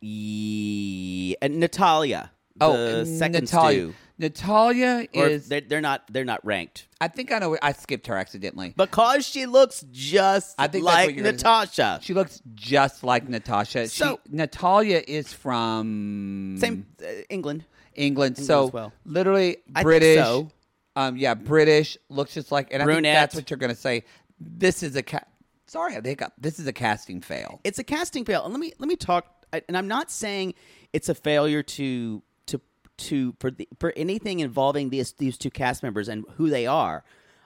[SPEAKER 2] Yeah. And uh, Natalia. the
[SPEAKER 3] Oh, and
[SPEAKER 2] second
[SPEAKER 3] Natalia.
[SPEAKER 2] stew.
[SPEAKER 3] Natalia
[SPEAKER 2] Or
[SPEAKER 3] is.
[SPEAKER 2] they're, they're not. They're not ranked
[SPEAKER 3] I think I know. I skipped her accidentally.
[SPEAKER 2] because she looks just
[SPEAKER 3] I think that's what
[SPEAKER 2] like
[SPEAKER 3] you're gonna-
[SPEAKER 2] Natasha.
[SPEAKER 3] She looks just like Natasha.
[SPEAKER 2] So-
[SPEAKER 3] she, Natalia is from
[SPEAKER 2] Same uh, England.
[SPEAKER 3] England. so
[SPEAKER 2] as well.
[SPEAKER 3] literally
[SPEAKER 2] I think
[SPEAKER 3] British.
[SPEAKER 2] so.
[SPEAKER 3] Um, yeah, British looks just like, and I think
[SPEAKER 2] Brunette.
[SPEAKER 3] that's what you're gonna say. This is a ca- sorry, I had the hiccup. This is a casting fail.
[SPEAKER 2] it's a casting fail. And let me let me talk. I- And I'm not saying it's a failure to to to for the, for anything involving these these two cast members and who they are.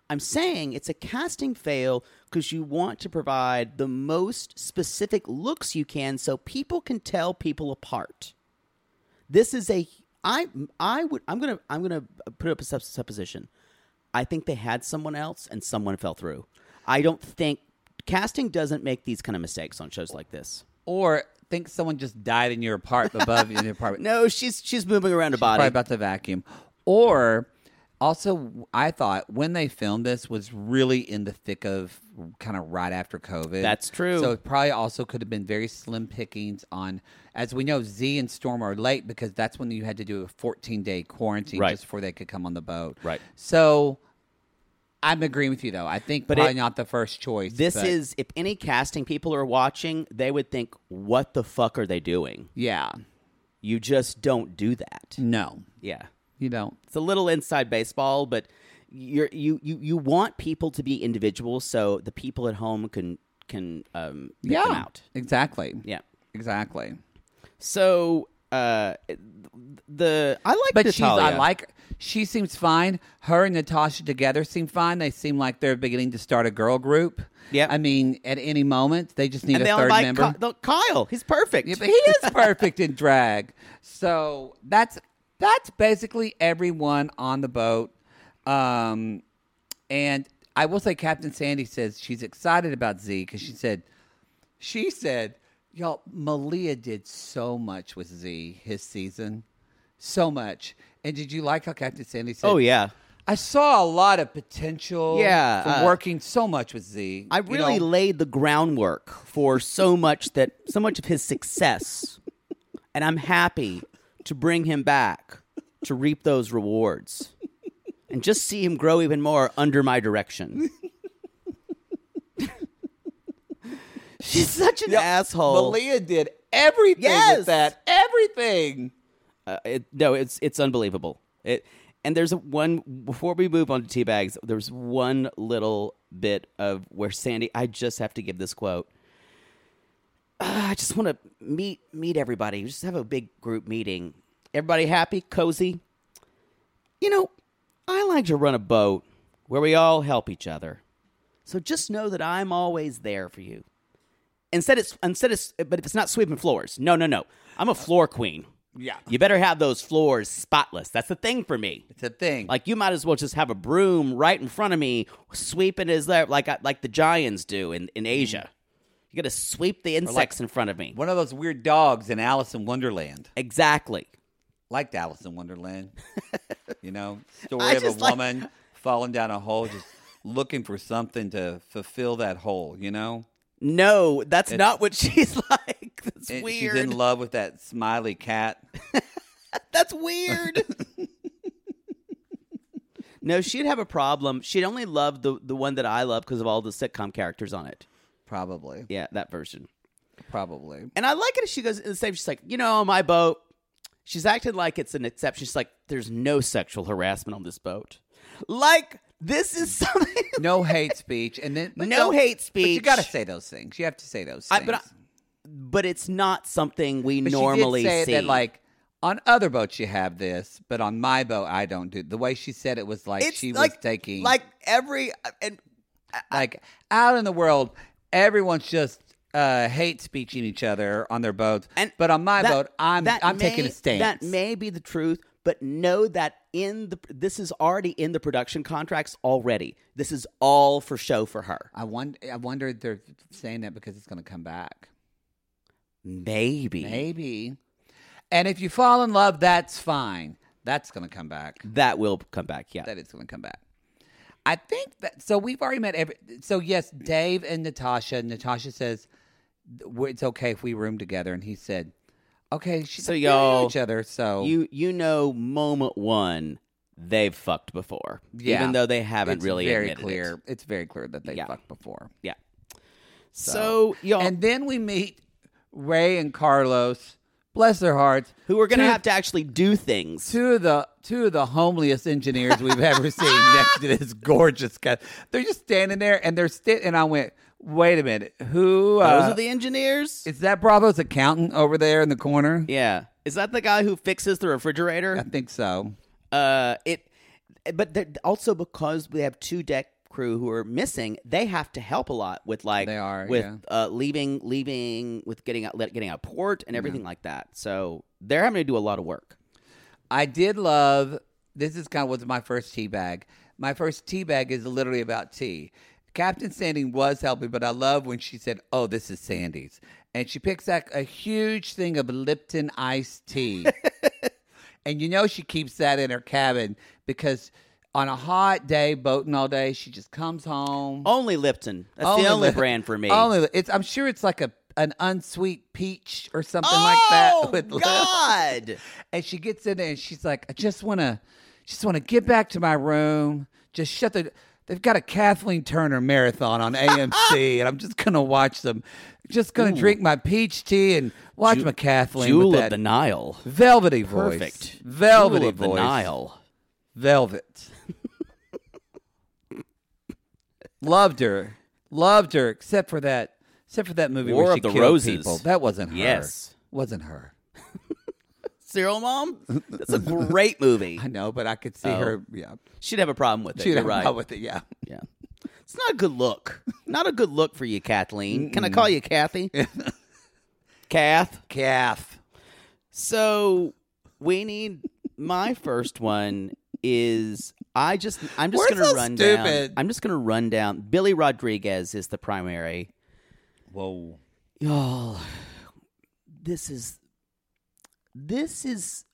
[SPEAKER 2] I'm saying it's a casting fail because you want to provide the most specific looks you can so people can tell people apart. This is a I I would I'm gonna I'm gonna put up a sup- supposition. I think they had someone else and someone fell through. I don't think casting doesn't make these kind of mistakes on shows like this.
[SPEAKER 3] Or think someone just died in your apartment above in your apartment.
[SPEAKER 2] No, she's she's moving around a
[SPEAKER 3] Probably
[SPEAKER 2] body.
[SPEAKER 3] about the vacuum. Or also, I thought when they filmed this was really in the thick of kind of right after COVID.
[SPEAKER 2] That's true.
[SPEAKER 3] So it probably also could have been very slim pickings on, as we know, Z and Storm are late because that's when you had to do a 14 day quarantine
[SPEAKER 2] Right.
[SPEAKER 3] just before they could come on the boat.
[SPEAKER 2] Right.
[SPEAKER 3] So I'm agreeing with you though. I think
[SPEAKER 2] But
[SPEAKER 3] probably
[SPEAKER 2] it-
[SPEAKER 3] not the first choice.
[SPEAKER 2] This
[SPEAKER 3] but-
[SPEAKER 2] is if any casting people are watching, they would think, "What the fuck are they doing?"
[SPEAKER 3] yeah.
[SPEAKER 2] You just don't do that.
[SPEAKER 3] No,
[SPEAKER 2] Yeah,
[SPEAKER 3] you don't.
[SPEAKER 2] it's a little inside baseball, but you're, you you you want people to be individuals so the people at home can can um, pick them out.
[SPEAKER 3] Exactly.
[SPEAKER 2] Yeah.
[SPEAKER 3] Exactly.
[SPEAKER 2] So uh, the I like
[SPEAKER 3] But she's
[SPEAKER 2] Natalia.
[SPEAKER 3] I like she seems fine. Her and Natasha together seem fine. They seem like they're beginning to start a girl group.
[SPEAKER 2] Yep.
[SPEAKER 3] I mean, at any moment they just need
[SPEAKER 2] and
[SPEAKER 3] a
[SPEAKER 2] they all
[SPEAKER 3] third
[SPEAKER 2] like
[SPEAKER 3] member.
[SPEAKER 2] Ky- the- Kyle. He's perfect.
[SPEAKER 3] Yeah, but he is perfect in drag. So that's that's basically everyone on the boat. Um, and I will say, Captain Sandy says she's excited about Z because she said, she said, y'all, Malia did so much with Z his season, so much. And did you like how Captain Sandy said?
[SPEAKER 2] oh yeah.
[SPEAKER 3] I saw a lot of potential.
[SPEAKER 2] Yeah,
[SPEAKER 3] from
[SPEAKER 2] uh,
[SPEAKER 3] working so much with Z.
[SPEAKER 2] I
[SPEAKER 3] You
[SPEAKER 2] really
[SPEAKER 3] know,
[SPEAKER 2] laid the groundwork for so much that so much of his success, and I'm happy to bring him back to reap those rewards and just see him grow even more under my direction. She's such an
[SPEAKER 3] Yep.
[SPEAKER 2] asshole.
[SPEAKER 3] Malia did everything
[SPEAKER 2] Yes.
[SPEAKER 3] with that. Everything.
[SPEAKER 2] Uh, it, no, it's it's unbelievable. It and there's a one before we move on to tea bags. There's one little bit of where Sandy. I just have to give this quote. "Ah, I just want to meet meet everybody. Just have a big group meeting. Everybody happy, cozy. You know, I like to run a boat where we all help each other. So just know that I'm always there for you. Instead, it's instead it's but if it's not sweeping floors, no, no, no. I'm a floor queen.
[SPEAKER 3] Yeah.
[SPEAKER 2] You better have those floors spotless. That's the thing for me.
[SPEAKER 3] It's a thing.
[SPEAKER 2] Like you might as well just have a broom right in front of me, sweeping as there like I- like the Giants do in,
[SPEAKER 3] Mm-hmm.
[SPEAKER 2] in Asia. You got to sweep the insects in front of me.
[SPEAKER 3] one of those weird dogs in Alice in Wonderland.
[SPEAKER 2] Exactly.
[SPEAKER 3] Liked Alice in Wonderland. you know,
[SPEAKER 2] I
[SPEAKER 3] story of a
[SPEAKER 2] just like-
[SPEAKER 3] woman falling down a hole, just looking for something to fulfill that hole, you know?
[SPEAKER 2] No, that's not what she's like. That's
[SPEAKER 3] And
[SPEAKER 2] weird.
[SPEAKER 3] She's in love with that smiley cat.
[SPEAKER 2] That's weird. no, she'd have a problem. She'd only love the the one that I love because of all the sitcom characters on it.
[SPEAKER 3] Probably.
[SPEAKER 2] Yeah, that version.
[SPEAKER 3] Probably.
[SPEAKER 2] And I like it if she goes in the same. She's like, you know, my boat. She's acting like it's an exception. She's like, there's no sexual harassment on this boat. Like this is something.
[SPEAKER 3] No hate speech. And then but
[SPEAKER 2] No
[SPEAKER 3] don't-
[SPEAKER 2] hate
[SPEAKER 3] But you
[SPEAKER 2] speech.
[SPEAKER 3] gotta say those things. You have to say those
[SPEAKER 2] I-
[SPEAKER 3] things.
[SPEAKER 2] but I- but it's not something we
[SPEAKER 3] But she did
[SPEAKER 2] normally
[SPEAKER 3] say
[SPEAKER 2] see.
[SPEAKER 3] that like on other boats you have this, but on my boat I don't do. The way she said it was like she was taking
[SPEAKER 2] like every and
[SPEAKER 3] like out in the world, everyone's just uh, hate speeching each other on their boats.
[SPEAKER 2] And
[SPEAKER 3] but on my
[SPEAKER 2] that-
[SPEAKER 3] boat, I'm
[SPEAKER 2] that
[SPEAKER 3] I'm taking
[SPEAKER 2] may-
[SPEAKER 3] a stance.
[SPEAKER 2] That may be the truth, but know that in the this is already in the production contracts already. This is all for show for her.
[SPEAKER 3] I wonder. I wonder if they're saying that because it's going to come back.
[SPEAKER 2] Maybe.
[SPEAKER 3] Maybe. And if you fall in love, that's fine. That's going to come back.
[SPEAKER 2] that will come back. Yeah.
[SPEAKER 3] That is going to come back. I think that. So we've already met every. So yes, Dave and Natasha. Natasha says "We're- it's okay if we room together, and he said, "Okay." She's
[SPEAKER 2] So
[SPEAKER 3] they
[SPEAKER 2] y'all-
[SPEAKER 3] know each other. So
[SPEAKER 2] you you know moment one they've fucked before
[SPEAKER 3] Yeah.
[SPEAKER 2] even though they haven't
[SPEAKER 3] it's
[SPEAKER 2] really
[SPEAKER 3] very
[SPEAKER 2] admitted
[SPEAKER 3] clear.
[SPEAKER 2] it.
[SPEAKER 3] It's very clear that they
[SPEAKER 2] Yeah.
[SPEAKER 3] fucked before.
[SPEAKER 2] yeah so, y'all
[SPEAKER 3] And then we meet Ray and Carlos. Bless their hearts.
[SPEAKER 2] who are gonna
[SPEAKER 3] two,
[SPEAKER 2] have to actually do things
[SPEAKER 3] two of the two of the homeliest engineers we've ever seen next to this gorgeous guy. They're just standing there and they're sti- and I went, wait a minute, who
[SPEAKER 2] those
[SPEAKER 3] uh,
[SPEAKER 2] are the engineers
[SPEAKER 3] is that Bravo's accountant over there in the corner?
[SPEAKER 2] yeah Is that the guy who fixes the refrigerator?
[SPEAKER 3] I think so.
[SPEAKER 2] Uh, it, but they're- also because we have two deck crew who are missing, they have to help a lot with like
[SPEAKER 3] They are,
[SPEAKER 2] with
[SPEAKER 3] yeah.
[SPEAKER 2] uh, leaving, leaving with getting out, let- getting out port and everything like that. So they're having to do a lot of work.
[SPEAKER 3] I did love this is kind of what's my first tea bag. My first tea bag is literally about tea. Captain Sandy was helping, but I love when she said, Oh, this is Sandy's. And she picks up a huge thing of Lipton iced tea. and you know she keeps that in her cabin because on a hot day, boating all day, she just comes home.
[SPEAKER 2] Only Lipton. That's Oh, the only
[SPEAKER 3] Lip-
[SPEAKER 2] brand for me.
[SPEAKER 3] Only Lip- it's I'm sure it's like a an unsweet peach or something
[SPEAKER 2] oh
[SPEAKER 3] like that with
[SPEAKER 2] God!
[SPEAKER 3] and she gets in there and she's like, I just want to, just want to get back to my room. Just shut the. They've got a Kathleen Turner marathon on AMC, and I'm just gonna watch them. Just gonna drink my peach tea and watch my Kathleen
[SPEAKER 2] Jewel
[SPEAKER 3] with
[SPEAKER 2] of
[SPEAKER 3] that
[SPEAKER 2] the Nile.
[SPEAKER 3] velvety voice,
[SPEAKER 2] Perfect.
[SPEAKER 3] velvety
[SPEAKER 2] Jewel of
[SPEAKER 3] voice,
[SPEAKER 2] the Nile.
[SPEAKER 3] velvet. Loved her, loved her, except for that, except for that movie
[SPEAKER 2] War
[SPEAKER 3] where
[SPEAKER 2] of
[SPEAKER 3] she
[SPEAKER 2] the
[SPEAKER 3] killed
[SPEAKER 2] Roses.
[SPEAKER 3] people. That wasn't her.
[SPEAKER 2] Yes.
[SPEAKER 3] wasn't her.
[SPEAKER 2] Serial Mom? That's a great movie.
[SPEAKER 3] I know, but I could see
[SPEAKER 2] Oh.
[SPEAKER 3] her. Yeah,
[SPEAKER 2] She'd have a problem with it.
[SPEAKER 3] she
[SPEAKER 2] You're
[SPEAKER 3] had a
[SPEAKER 2] right.
[SPEAKER 3] problem with it. Yeah.
[SPEAKER 2] Yeah. It's not a good look. Not a good look for you, Kathleen. Can I call you Kathy? Kath.
[SPEAKER 3] calf.
[SPEAKER 2] So we need my first one is I just I'm just
[SPEAKER 3] We're
[SPEAKER 2] gonna
[SPEAKER 3] so
[SPEAKER 2] run
[SPEAKER 3] stupid.
[SPEAKER 2] down. I'm just gonna run down. Billy Rodriguez is the primary.
[SPEAKER 3] Whoa.
[SPEAKER 2] Y'all, this is this is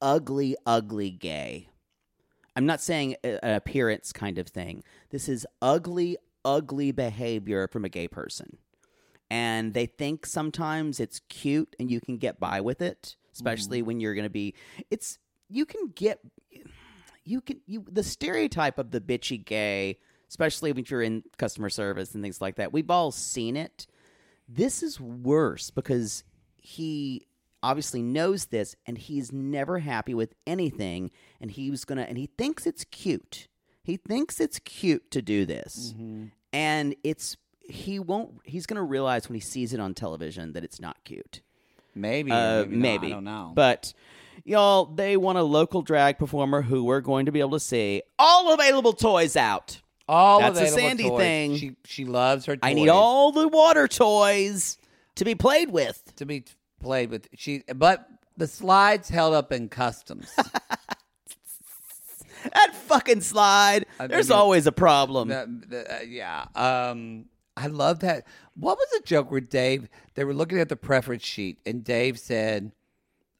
[SPEAKER 2] ugly, ugly gay. I'm not saying a- an appearance kind of thing. This is ugly, ugly behavior from a gay person, and they think sometimes it's cute and you can get by with it, especially when you're going to be. It's you can get you can you the stereotype of the bitchy gay, especially when you're in customer service and things like that. We've all seen it this is worse because he obviously knows this and he's never happy with anything and he was gonna and he thinks it's cute he thinks it's cute to do this
[SPEAKER 3] Mm-hmm.
[SPEAKER 2] and it's he won't he's gonna realize when he sees it on television that it's not cute
[SPEAKER 3] Maybe.
[SPEAKER 2] uh,
[SPEAKER 3] maybe.
[SPEAKER 2] maybe,
[SPEAKER 3] not. I don't know.
[SPEAKER 2] but y'all they want a local drag performer who we're going to be able to see all available toys out
[SPEAKER 3] all
[SPEAKER 2] that's a
[SPEAKER 3] available
[SPEAKER 2] Sandy
[SPEAKER 3] toys.
[SPEAKER 2] thing.
[SPEAKER 3] She she loves her. Toys
[SPEAKER 2] i need all the water toys to be played with
[SPEAKER 3] to be t- played with. She but the slides held up in customs.
[SPEAKER 2] That fucking slide.
[SPEAKER 3] I
[SPEAKER 2] There's
[SPEAKER 3] mean,
[SPEAKER 2] always a problem.
[SPEAKER 3] The- the- uh, yeah. Um. I love that. What was the joke where Dave? They were looking at the preference sheet, and Dave said.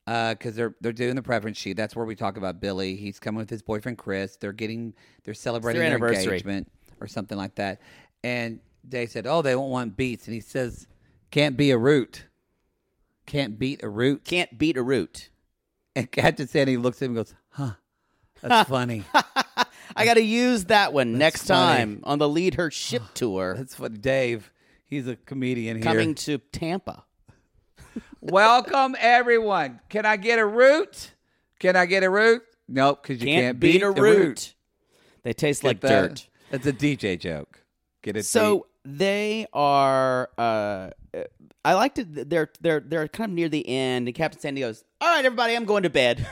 [SPEAKER 3] because they're they're doing the preference sheet. That's where we talk about Billy. He's coming with his boyfriend Chris. They're getting they're celebrating their,
[SPEAKER 2] anniversary.
[SPEAKER 3] engagement or something like that. And Dave said, "Oh, they won't want beets," and he says, "Can't be a root. Can't beat a root."
[SPEAKER 2] Can't beat a root.
[SPEAKER 3] And Captain Sandy looks at him and goes, "Huh, that's funny.
[SPEAKER 2] I got to use that one next
[SPEAKER 3] funny.
[SPEAKER 2] time on the Lead Her Ship tour
[SPEAKER 3] That's funny." Dave, he's a comedian here.
[SPEAKER 2] coming to Tampa.
[SPEAKER 3] Welcome everyone. Can I get a root? Can I get a root? Nope, because you
[SPEAKER 2] Can't,
[SPEAKER 3] can't,
[SPEAKER 2] beat, a
[SPEAKER 3] the
[SPEAKER 2] root. They taste
[SPEAKER 3] Get
[SPEAKER 2] like
[SPEAKER 3] that?
[SPEAKER 2] dirt.
[SPEAKER 3] That's a DJ joke. Get it? deep.
[SPEAKER 2] So they are. Uh, I liked it. They're they're they're kind of near the end, and Captain Sandy goes, "All right, everybody, I'm going to bed."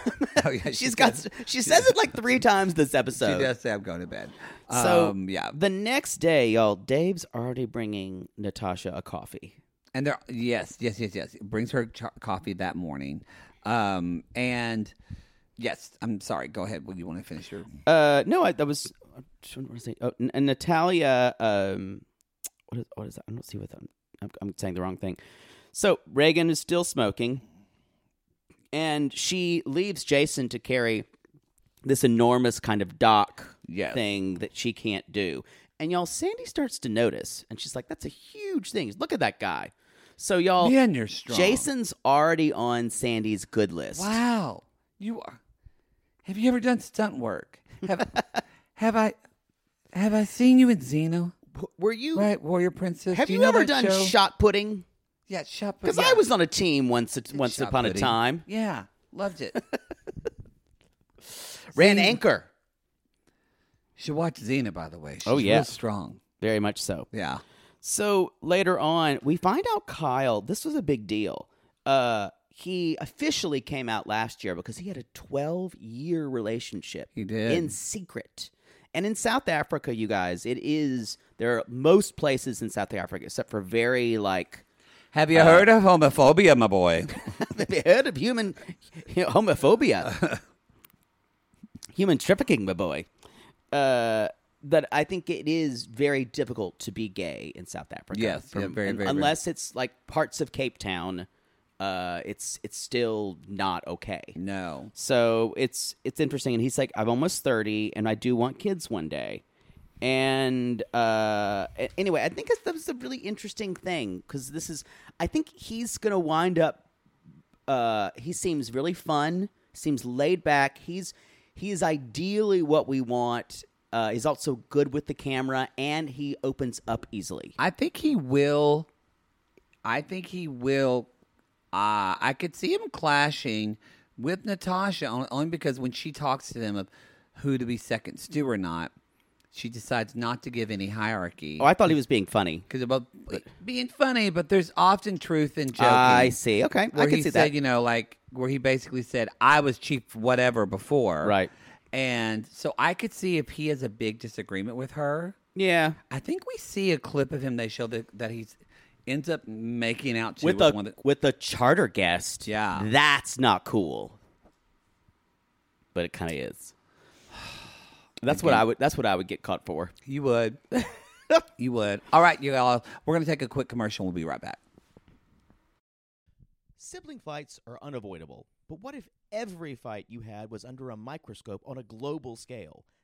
[SPEAKER 3] Oh, yeah, she
[SPEAKER 2] She's got.
[SPEAKER 3] does.
[SPEAKER 2] She says it like three times this episode.
[SPEAKER 3] She does say I'm going to bed.
[SPEAKER 2] uh, So
[SPEAKER 3] um, yeah,
[SPEAKER 2] the next day, y'all, Dave's already bringing Natasha a coffee.
[SPEAKER 3] and there. Yes, yes, yes, yes. It brings her cho- coffee that morning, um, and yes, I'm sorry. Go ahead. Well, you want to finish your?
[SPEAKER 2] Uh, no, I that was. I just wanted to say. Oh, N- and Natalia. Um, what is what is that? I don't see what that. I'm, I'm saying the wrong thing. So Reagan is still smoking, and she leaves Jason to carry this enormous kind of dock
[SPEAKER 3] Yes.
[SPEAKER 2] thing that she can't do. And y'all, Sandy starts to notice, and she's like, "That's a huge thing. Look at that guy." So y'all,
[SPEAKER 3] Man, you're strong.
[SPEAKER 2] Jason's already on Sandy's good list.
[SPEAKER 3] Wow, you are. Have you ever done stunt work? Have Have I? Have I seen you in Xeno?
[SPEAKER 2] Were you?
[SPEAKER 3] Right, Warrior Princess.
[SPEAKER 2] Have
[SPEAKER 3] Do
[SPEAKER 2] you,
[SPEAKER 3] know
[SPEAKER 2] ever
[SPEAKER 3] that
[SPEAKER 2] done
[SPEAKER 3] show?
[SPEAKER 2] shot putting?
[SPEAKER 3] Yeah, shop.
[SPEAKER 2] Because
[SPEAKER 3] yeah.
[SPEAKER 2] I was on a team once once
[SPEAKER 3] Shot
[SPEAKER 2] upon
[SPEAKER 3] putting.
[SPEAKER 2] a time.
[SPEAKER 3] Yeah, loved it.
[SPEAKER 2] Ran
[SPEAKER 3] Xena.
[SPEAKER 2] anchor.
[SPEAKER 3] Should watch Xena, by the way. She's
[SPEAKER 2] Oh, yeah.
[SPEAKER 3] real strong.
[SPEAKER 2] Very much so.
[SPEAKER 3] Yeah.
[SPEAKER 2] So later on, we find out Kyle, this was a big deal. Uh
[SPEAKER 4] he officially came out last year because he had a 12 year relationship.
[SPEAKER 3] He did.
[SPEAKER 4] In secret. And in South Africa, you guys, it is, there are most places in South Africa, except for very like,
[SPEAKER 3] Have
[SPEAKER 2] Uh,
[SPEAKER 3] you heard of homophobia, my boy?
[SPEAKER 4] Have you heard of human homophobia? human trafficking, my boy. Uh, that I think it is very difficult to be gay in South Africa.
[SPEAKER 3] Yes, yeah, very,
[SPEAKER 4] un-
[SPEAKER 3] very, very.
[SPEAKER 4] unless it's like parts of Cape Town, uh, it's it's still not okay.
[SPEAKER 3] no.
[SPEAKER 4] So it's it's interesting, and he's like, I'm almost thirty, and I do want kids one day. And uh, a- anyway, I think that's- that was a really interesting thing because this is, I think he's gonna wind up. Uh, he seems really fun. Seems laid back. He's he's ideally what we want. Uh, he's also good with the camera, and he opens up easily.
[SPEAKER 3] I think he will. I think he will. Uh, I could see him clashing with Natasha on- only because when she talks to them of who to be second stew or not, she decides not to give any hierarchy.
[SPEAKER 4] Oh, I thought he was being funny.
[SPEAKER 3] because about being funny, but there's often truth in joking.
[SPEAKER 4] I see. Okay,
[SPEAKER 3] where
[SPEAKER 4] I can
[SPEAKER 3] he
[SPEAKER 4] see
[SPEAKER 3] said,
[SPEAKER 4] that.
[SPEAKER 3] you know, like where he basically said, "I was chief whatever before,"
[SPEAKER 4] Right.
[SPEAKER 3] And so I could see if he has a big disagreement with her.
[SPEAKER 4] yeah,
[SPEAKER 3] I think we see a clip of him. They show that, that he's ends up making out to
[SPEAKER 4] with
[SPEAKER 3] with
[SPEAKER 4] a
[SPEAKER 3] one of the,
[SPEAKER 4] with a charter guest.
[SPEAKER 3] Yeah.
[SPEAKER 4] that's not cool. But it kind of is. That's what I would. That's what I would get caught for.
[SPEAKER 3] you would, you would. All right, you all. We're gonna take a quick commercial. We'll be right back.
[SPEAKER 2] Sibling fights are unavoidable, but what if every fight you had was under a microscope on a global scale?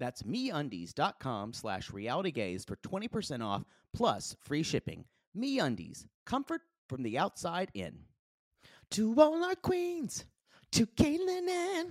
[SPEAKER 2] That's meundies.com slash realitygaze for 20% off plus free shipping. Meundies, comfort from the outside in. To all our queens, to Caitlin and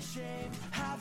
[SPEAKER 5] ashamed. Have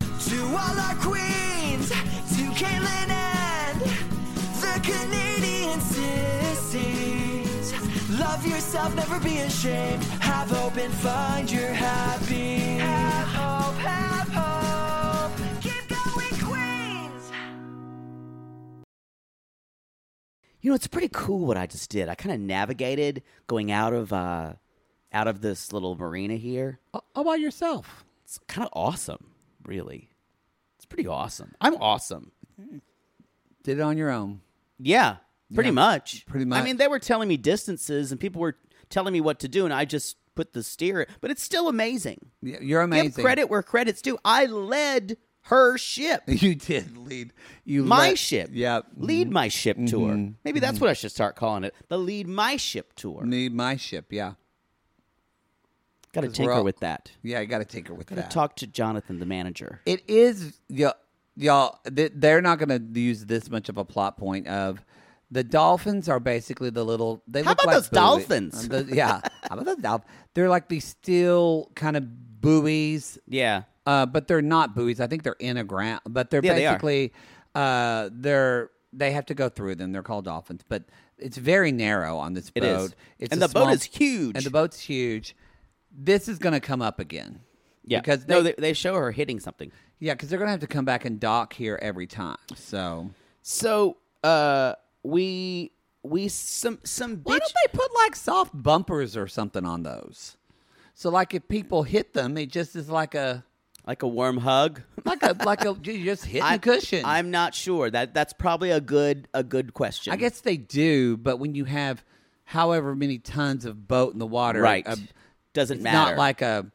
[SPEAKER 5] To all our queens, to Caitlin and the Canadian sissies. Love yourself, never be ashamed. Have hope and find your happy. Have hope, have hope. Keep going, Queens.
[SPEAKER 6] You know, it's pretty cool what I just did. I kind of navigated going out of uh, out of this little marina here.
[SPEAKER 3] A- All by yourself.
[SPEAKER 6] It's kind of awesome, really. It's pretty awesome. I'm awesome.
[SPEAKER 7] Did it on your own.
[SPEAKER 6] Yeah, pretty
[SPEAKER 7] Yeah,
[SPEAKER 6] much.
[SPEAKER 7] pretty
[SPEAKER 6] I mean, they were telling me distances, and people were telling me what to do, and I just put the steer. But it's still amazing.
[SPEAKER 7] Y- You're amazing.
[SPEAKER 6] Give credit where credit's due. I led her ship.
[SPEAKER 7] You did lead. You
[SPEAKER 6] my
[SPEAKER 7] let-
[SPEAKER 6] ship.
[SPEAKER 7] Yep.
[SPEAKER 6] Lead my ship
[SPEAKER 2] Mm-hmm.
[SPEAKER 6] tour. Maybe that's what I should start calling it. The lead my ship tour.
[SPEAKER 7] Need my ship. Yeah.
[SPEAKER 6] Got to
[SPEAKER 7] 'Cause we're
[SPEAKER 6] tinker
[SPEAKER 7] all-
[SPEAKER 6] with that.
[SPEAKER 7] Yeah. You got to take her with
[SPEAKER 6] Got to
[SPEAKER 7] that.
[SPEAKER 6] talk to Jonathan, the manager.
[SPEAKER 7] It is y'all. y'all th- they're not going to use this much of a plot point of the dolphins are basically the little. They
[SPEAKER 6] How
[SPEAKER 7] look
[SPEAKER 6] about
[SPEAKER 7] like
[SPEAKER 6] those
[SPEAKER 7] buoy-
[SPEAKER 6] dolphins?
[SPEAKER 7] um, the- yeah. How about those dolphins? They're like these steel kind of buoys,
[SPEAKER 6] Yeah.
[SPEAKER 7] uh, but they're not buoys. I think they're in a ground, but they're
[SPEAKER 6] Yeah, they are.
[SPEAKER 7] basically uh, they're they have to go through them. They're called dolphins, but it's very narrow on this
[SPEAKER 6] It
[SPEAKER 7] boat.
[SPEAKER 6] is.
[SPEAKER 7] It's
[SPEAKER 6] And
[SPEAKER 7] a
[SPEAKER 6] the boat
[SPEAKER 7] small-
[SPEAKER 6] is huge.
[SPEAKER 7] and the boat's huge. This is going to come up again.
[SPEAKER 6] Yeah.
[SPEAKER 7] because
[SPEAKER 6] no,
[SPEAKER 7] they-
[SPEAKER 6] they, they show her hitting something.
[SPEAKER 7] Yeah, because they're gonna have to come back and dock here every time. So
[SPEAKER 6] So uh, we
[SPEAKER 2] we some some
[SPEAKER 3] Why
[SPEAKER 2] bitch.
[SPEAKER 3] don't they put like soft bumpers or something on those? So like if people hit them, it just is like a
[SPEAKER 2] like a warm hug.
[SPEAKER 3] like a like a you just hitting
[SPEAKER 2] I-
[SPEAKER 3] a cushion.
[SPEAKER 2] I'm not sure. That that's probably a good a good question.
[SPEAKER 3] I guess they do, but when you have however many tons of boat in the water,
[SPEAKER 2] right
[SPEAKER 3] a-
[SPEAKER 2] doesn't
[SPEAKER 3] it's
[SPEAKER 2] matter.
[SPEAKER 3] not like a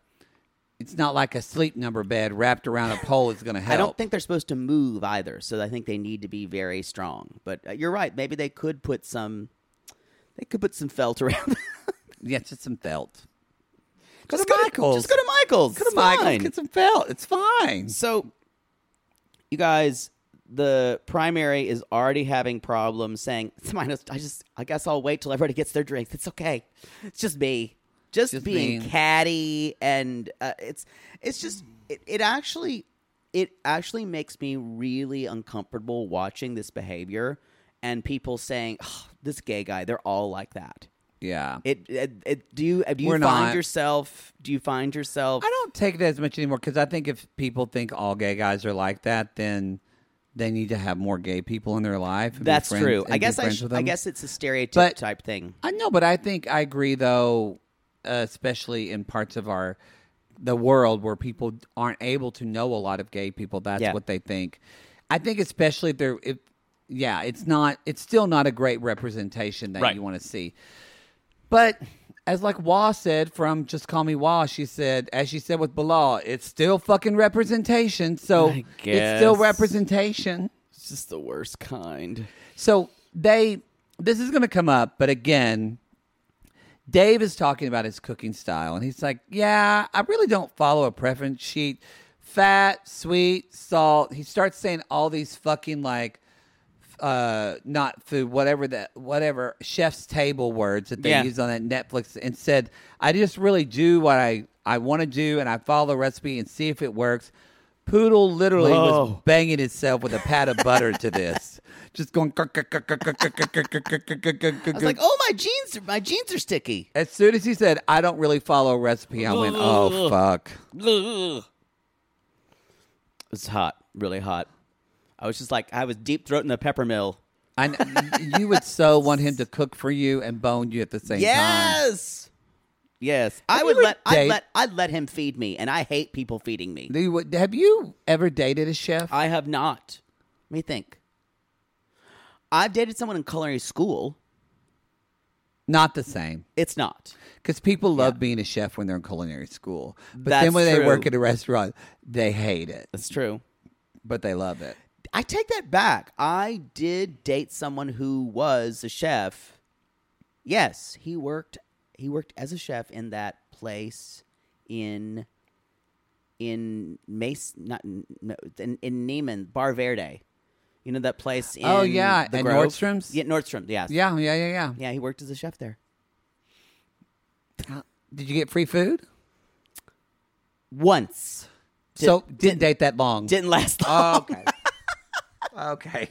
[SPEAKER 3] it's not like a sleep number bed wrapped around a pole is going to help.
[SPEAKER 2] I don't think they're supposed to move either, so I think they need to be very strong. But uh, you're right. Maybe they could put some. They could put some felt around.
[SPEAKER 3] Yeah, it's just some felt. Go
[SPEAKER 2] just
[SPEAKER 3] to
[SPEAKER 2] go
[SPEAKER 3] Michaels.
[SPEAKER 2] To, just go to Michaels.
[SPEAKER 3] Go to
[SPEAKER 2] It's
[SPEAKER 3] Michael's,
[SPEAKER 2] fine.
[SPEAKER 3] Get some felt. It's fine.
[SPEAKER 2] So, you guys, the primary is already having problems saying, "It's mine. I just, I guess I'll wait till everybody gets their drinks. It's okay. It's just me. Just,
[SPEAKER 3] Just
[SPEAKER 2] being
[SPEAKER 3] me."
[SPEAKER 2] catty, and uh, it's, it's just, it, it actually, it actually makes me really uncomfortable watching this behavior, and people saying, oh, "This gay guy. They're all like that."
[SPEAKER 3] Yeah.
[SPEAKER 2] It, it, it do you do you
[SPEAKER 3] We're
[SPEAKER 2] find
[SPEAKER 3] not.
[SPEAKER 2] yourself do you find yourself
[SPEAKER 3] I don't take it as much anymore because I think if people think all gay guys are like that, then they need to have more gay people in their life. and be
[SPEAKER 2] That's
[SPEAKER 3] friends-
[SPEAKER 2] true.
[SPEAKER 3] and
[SPEAKER 2] I
[SPEAKER 3] be
[SPEAKER 2] guess I,
[SPEAKER 3] friends
[SPEAKER 2] sh-
[SPEAKER 3] with
[SPEAKER 2] I
[SPEAKER 3] them.
[SPEAKER 2] guess it's a stereotype
[SPEAKER 3] But-
[SPEAKER 2] type thing.
[SPEAKER 3] I know, but I think I agree though, uh, especially in parts of our the world where people aren't able to know a lot of gay people. That's
[SPEAKER 2] Yeah.
[SPEAKER 3] what they think. I think especially if they're if yeah, it's not it's still not a great representation that
[SPEAKER 2] Right.
[SPEAKER 3] you want to see. But as like Wah said from Just Call Me Wah, she said, as she said with Bilal, it's still fucking representation. So
[SPEAKER 2] I
[SPEAKER 3] it's still
[SPEAKER 2] guess.
[SPEAKER 3] representation.
[SPEAKER 2] It's just the worst kind.
[SPEAKER 3] So they, this is going to come up, but again, Dave is talking about his cooking style, and he's like, "Yeah, I really don't follow a preference sheet. Fat, sweet, salt." He starts saying all these fucking like, uh, not food, whatever that, whatever chef's table words that they
[SPEAKER 2] Yeah.
[SPEAKER 3] use on that Netflix, and said, "I just really do what I I want to do, and I follow the recipe and see if it works." Poodle literally was
[SPEAKER 2] Whoa.
[SPEAKER 3] banging itself with a pat of butter to this, just going. I
[SPEAKER 2] I was like, oh my jeans, are, my jeans are sticky.
[SPEAKER 3] as soon as he said, I don't really follow a recipe, I went, oh, fuck.
[SPEAKER 2] It's hot, really hot. I was just like, I was deep throating the peppermill.
[SPEAKER 3] I, kn- you would so want him to cook for you and bone you at the same time.
[SPEAKER 2] Yes, yes. I
[SPEAKER 3] Have
[SPEAKER 2] would
[SPEAKER 3] you
[SPEAKER 2] let, I
[SPEAKER 3] date-
[SPEAKER 2] let, I would let him feed me, and I hate people feeding me.
[SPEAKER 3] Do you- Have you ever dated a chef?
[SPEAKER 2] I have not. Let me think. I've dated someone in culinary school.
[SPEAKER 3] Not the same.
[SPEAKER 2] It's not.
[SPEAKER 3] Because people love being a chef when they're in culinary school. But then
[SPEAKER 2] That's
[SPEAKER 3] when they
[SPEAKER 2] true.
[SPEAKER 3] work at a restaurant, they hate it,
[SPEAKER 2] That's true.
[SPEAKER 3] but they love it.
[SPEAKER 2] I take that back. I did date someone who was a chef. Yes, he worked he worked as a chef in that place in in Mace not in- no, in, in Neiman Bar Verde. You know that place in
[SPEAKER 3] Oh, yeah,
[SPEAKER 2] the
[SPEAKER 3] at
[SPEAKER 2] Grove?
[SPEAKER 3] Nordstrom's?
[SPEAKER 2] Yeah, Nordstrom, yes.
[SPEAKER 3] Yeah, yeah, yeah, yeah.
[SPEAKER 2] Yeah, he worked as a chef there.
[SPEAKER 3] Did you get free food?
[SPEAKER 2] Once. Did-
[SPEAKER 3] so didn't, date that long.
[SPEAKER 2] Didn't last long.
[SPEAKER 3] Oh, okay. okay.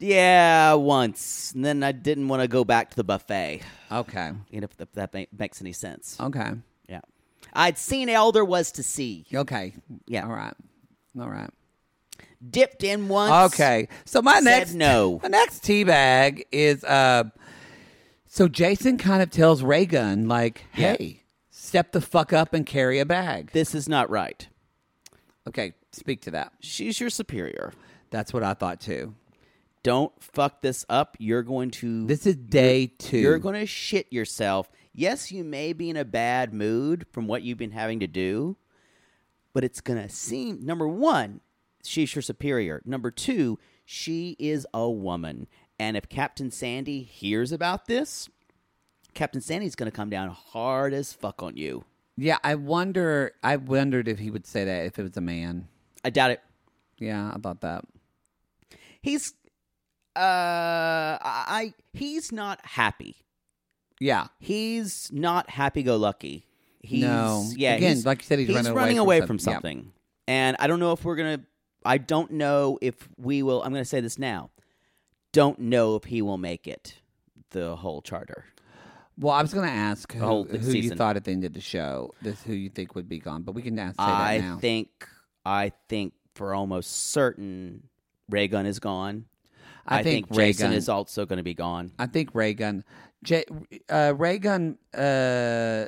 [SPEAKER 2] yeah, once. And then I didn't want to go back to the buffet.
[SPEAKER 3] Okay.
[SPEAKER 2] You know if th- that ma- makes any sense.
[SPEAKER 3] Okay.
[SPEAKER 2] Yeah. I'd seen all there was to see.
[SPEAKER 3] Okay.
[SPEAKER 2] Yeah.
[SPEAKER 3] All right. All right.
[SPEAKER 2] Dipped in once.
[SPEAKER 3] Okay. So my
[SPEAKER 2] Said
[SPEAKER 3] next
[SPEAKER 2] no.
[SPEAKER 3] My next tea bag is uh so Jason kind of tells Raygun like,
[SPEAKER 2] Yeah.
[SPEAKER 3] "Hey, step the fuck up and carry a bag."
[SPEAKER 2] This is not right.
[SPEAKER 3] Okay, speak to that.
[SPEAKER 2] She's your superior.
[SPEAKER 3] That's what I thought too.
[SPEAKER 2] Don't fuck this up. You're going to
[SPEAKER 3] This is day 2.
[SPEAKER 2] you're going to shit yourself. Yes, you may be in a bad mood from what you've been having to do, but it's going to seem number 1, she's your superior. Number 2, she is a woman. And if Captain Sandy hears about this, Captain Sandy's going to come down hard as fuck on you.
[SPEAKER 3] yeah, I wonder I wondered if he would say that if it was a man.
[SPEAKER 2] I doubt it.
[SPEAKER 3] Yeah, I thought that.
[SPEAKER 2] he's uh I he's not happy.
[SPEAKER 3] Yeah.
[SPEAKER 2] He's not happy go lucky. He's
[SPEAKER 3] No.
[SPEAKER 2] yeah,
[SPEAKER 3] Again,
[SPEAKER 2] he's,
[SPEAKER 3] like you said, he's running away from
[SPEAKER 2] away
[SPEAKER 3] some- yeah.
[SPEAKER 2] something. And I don't know if we're gonna I don't know if we will I'm gonna say this now. Don't know if he will make it the whole charter.
[SPEAKER 3] Well, I was going to ask who,
[SPEAKER 2] whole
[SPEAKER 3] who you
[SPEAKER 2] season.
[SPEAKER 3] thought at the end of the show, this who you think would be gone, but we can ask say that
[SPEAKER 2] I
[SPEAKER 3] now.
[SPEAKER 2] think I think for almost certain Raygun is gone.
[SPEAKER 3] I, think, Ray
[SPEAKER 2] Jason
[SPEAKER 3] Gun
[SPEAKER 2] is also going to be gone.
[SPEAKER 3] I think Ray Gun. J, uh, Ray Gun. Uh,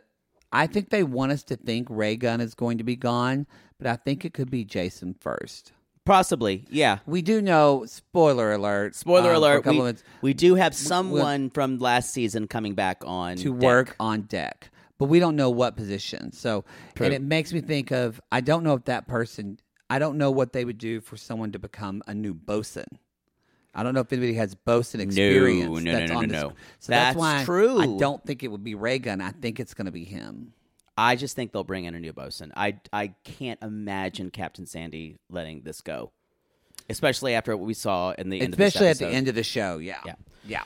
[SPEAKER 3] I think they want us to think Ray Gun is going to be gone, but I think it could be Jason first.
[SPEAKER 2] Possibly, yeah.
[SPEAKER 3] We do know. Spoiler alert.
[SPEAKER 2] Spoiler
[SPEAKER 3] um, for a
[SPEAKER 2] alert:
[SPEAKER 3] couple
[SPEAKER 2] we,
[SPEAKER 3] of minutes,
[SPEAKER 2] we do have someone from last season coming back on
[SPEAKER 3] to
[SPEAKER 2] deck.
[SPEAKER 3] work on deck, but we don't know what position. So,
[SPEAKER 2] True.
[SPEAKER 3] and it makes me think of I don't know if that person. I don't know what they would do for someone to become a new bosun. I don't know if anybody has bosun experience.
[SPEAKER 2] no, no,
[SPEAKER 3] that's
[SPEAKER 2] no,
[SPEAKER 3] on
[SPEAKER 2] no,
[SPEAKER 3] this-
[SPEAKER 2] no.
[SPEAKER 3] So that's,
[SPEAKER 2] That's
[SPEAKER 3] why
[SPEAKER 2] true.
[SPEAKER 3] I don't think it would be Ray Gun. I think it's going to be him.
[SPEAKER 2] I just think they'll bring in a new bosun. I I can't imagine Captain Sandy letting this go, especially after what we saw in the end.
[SPEAKER 3] Especially
[SPEAKER 2] of
[SPEAKER 3] at
[SPEAKER 2] this
[SPEAKER 3] the
[SPEAKER 2] episode.
[SPEAKER 3] end of the show. Yeah.
[SPEAKER 2] Yeah.
[SPEAKER 3] Yeah.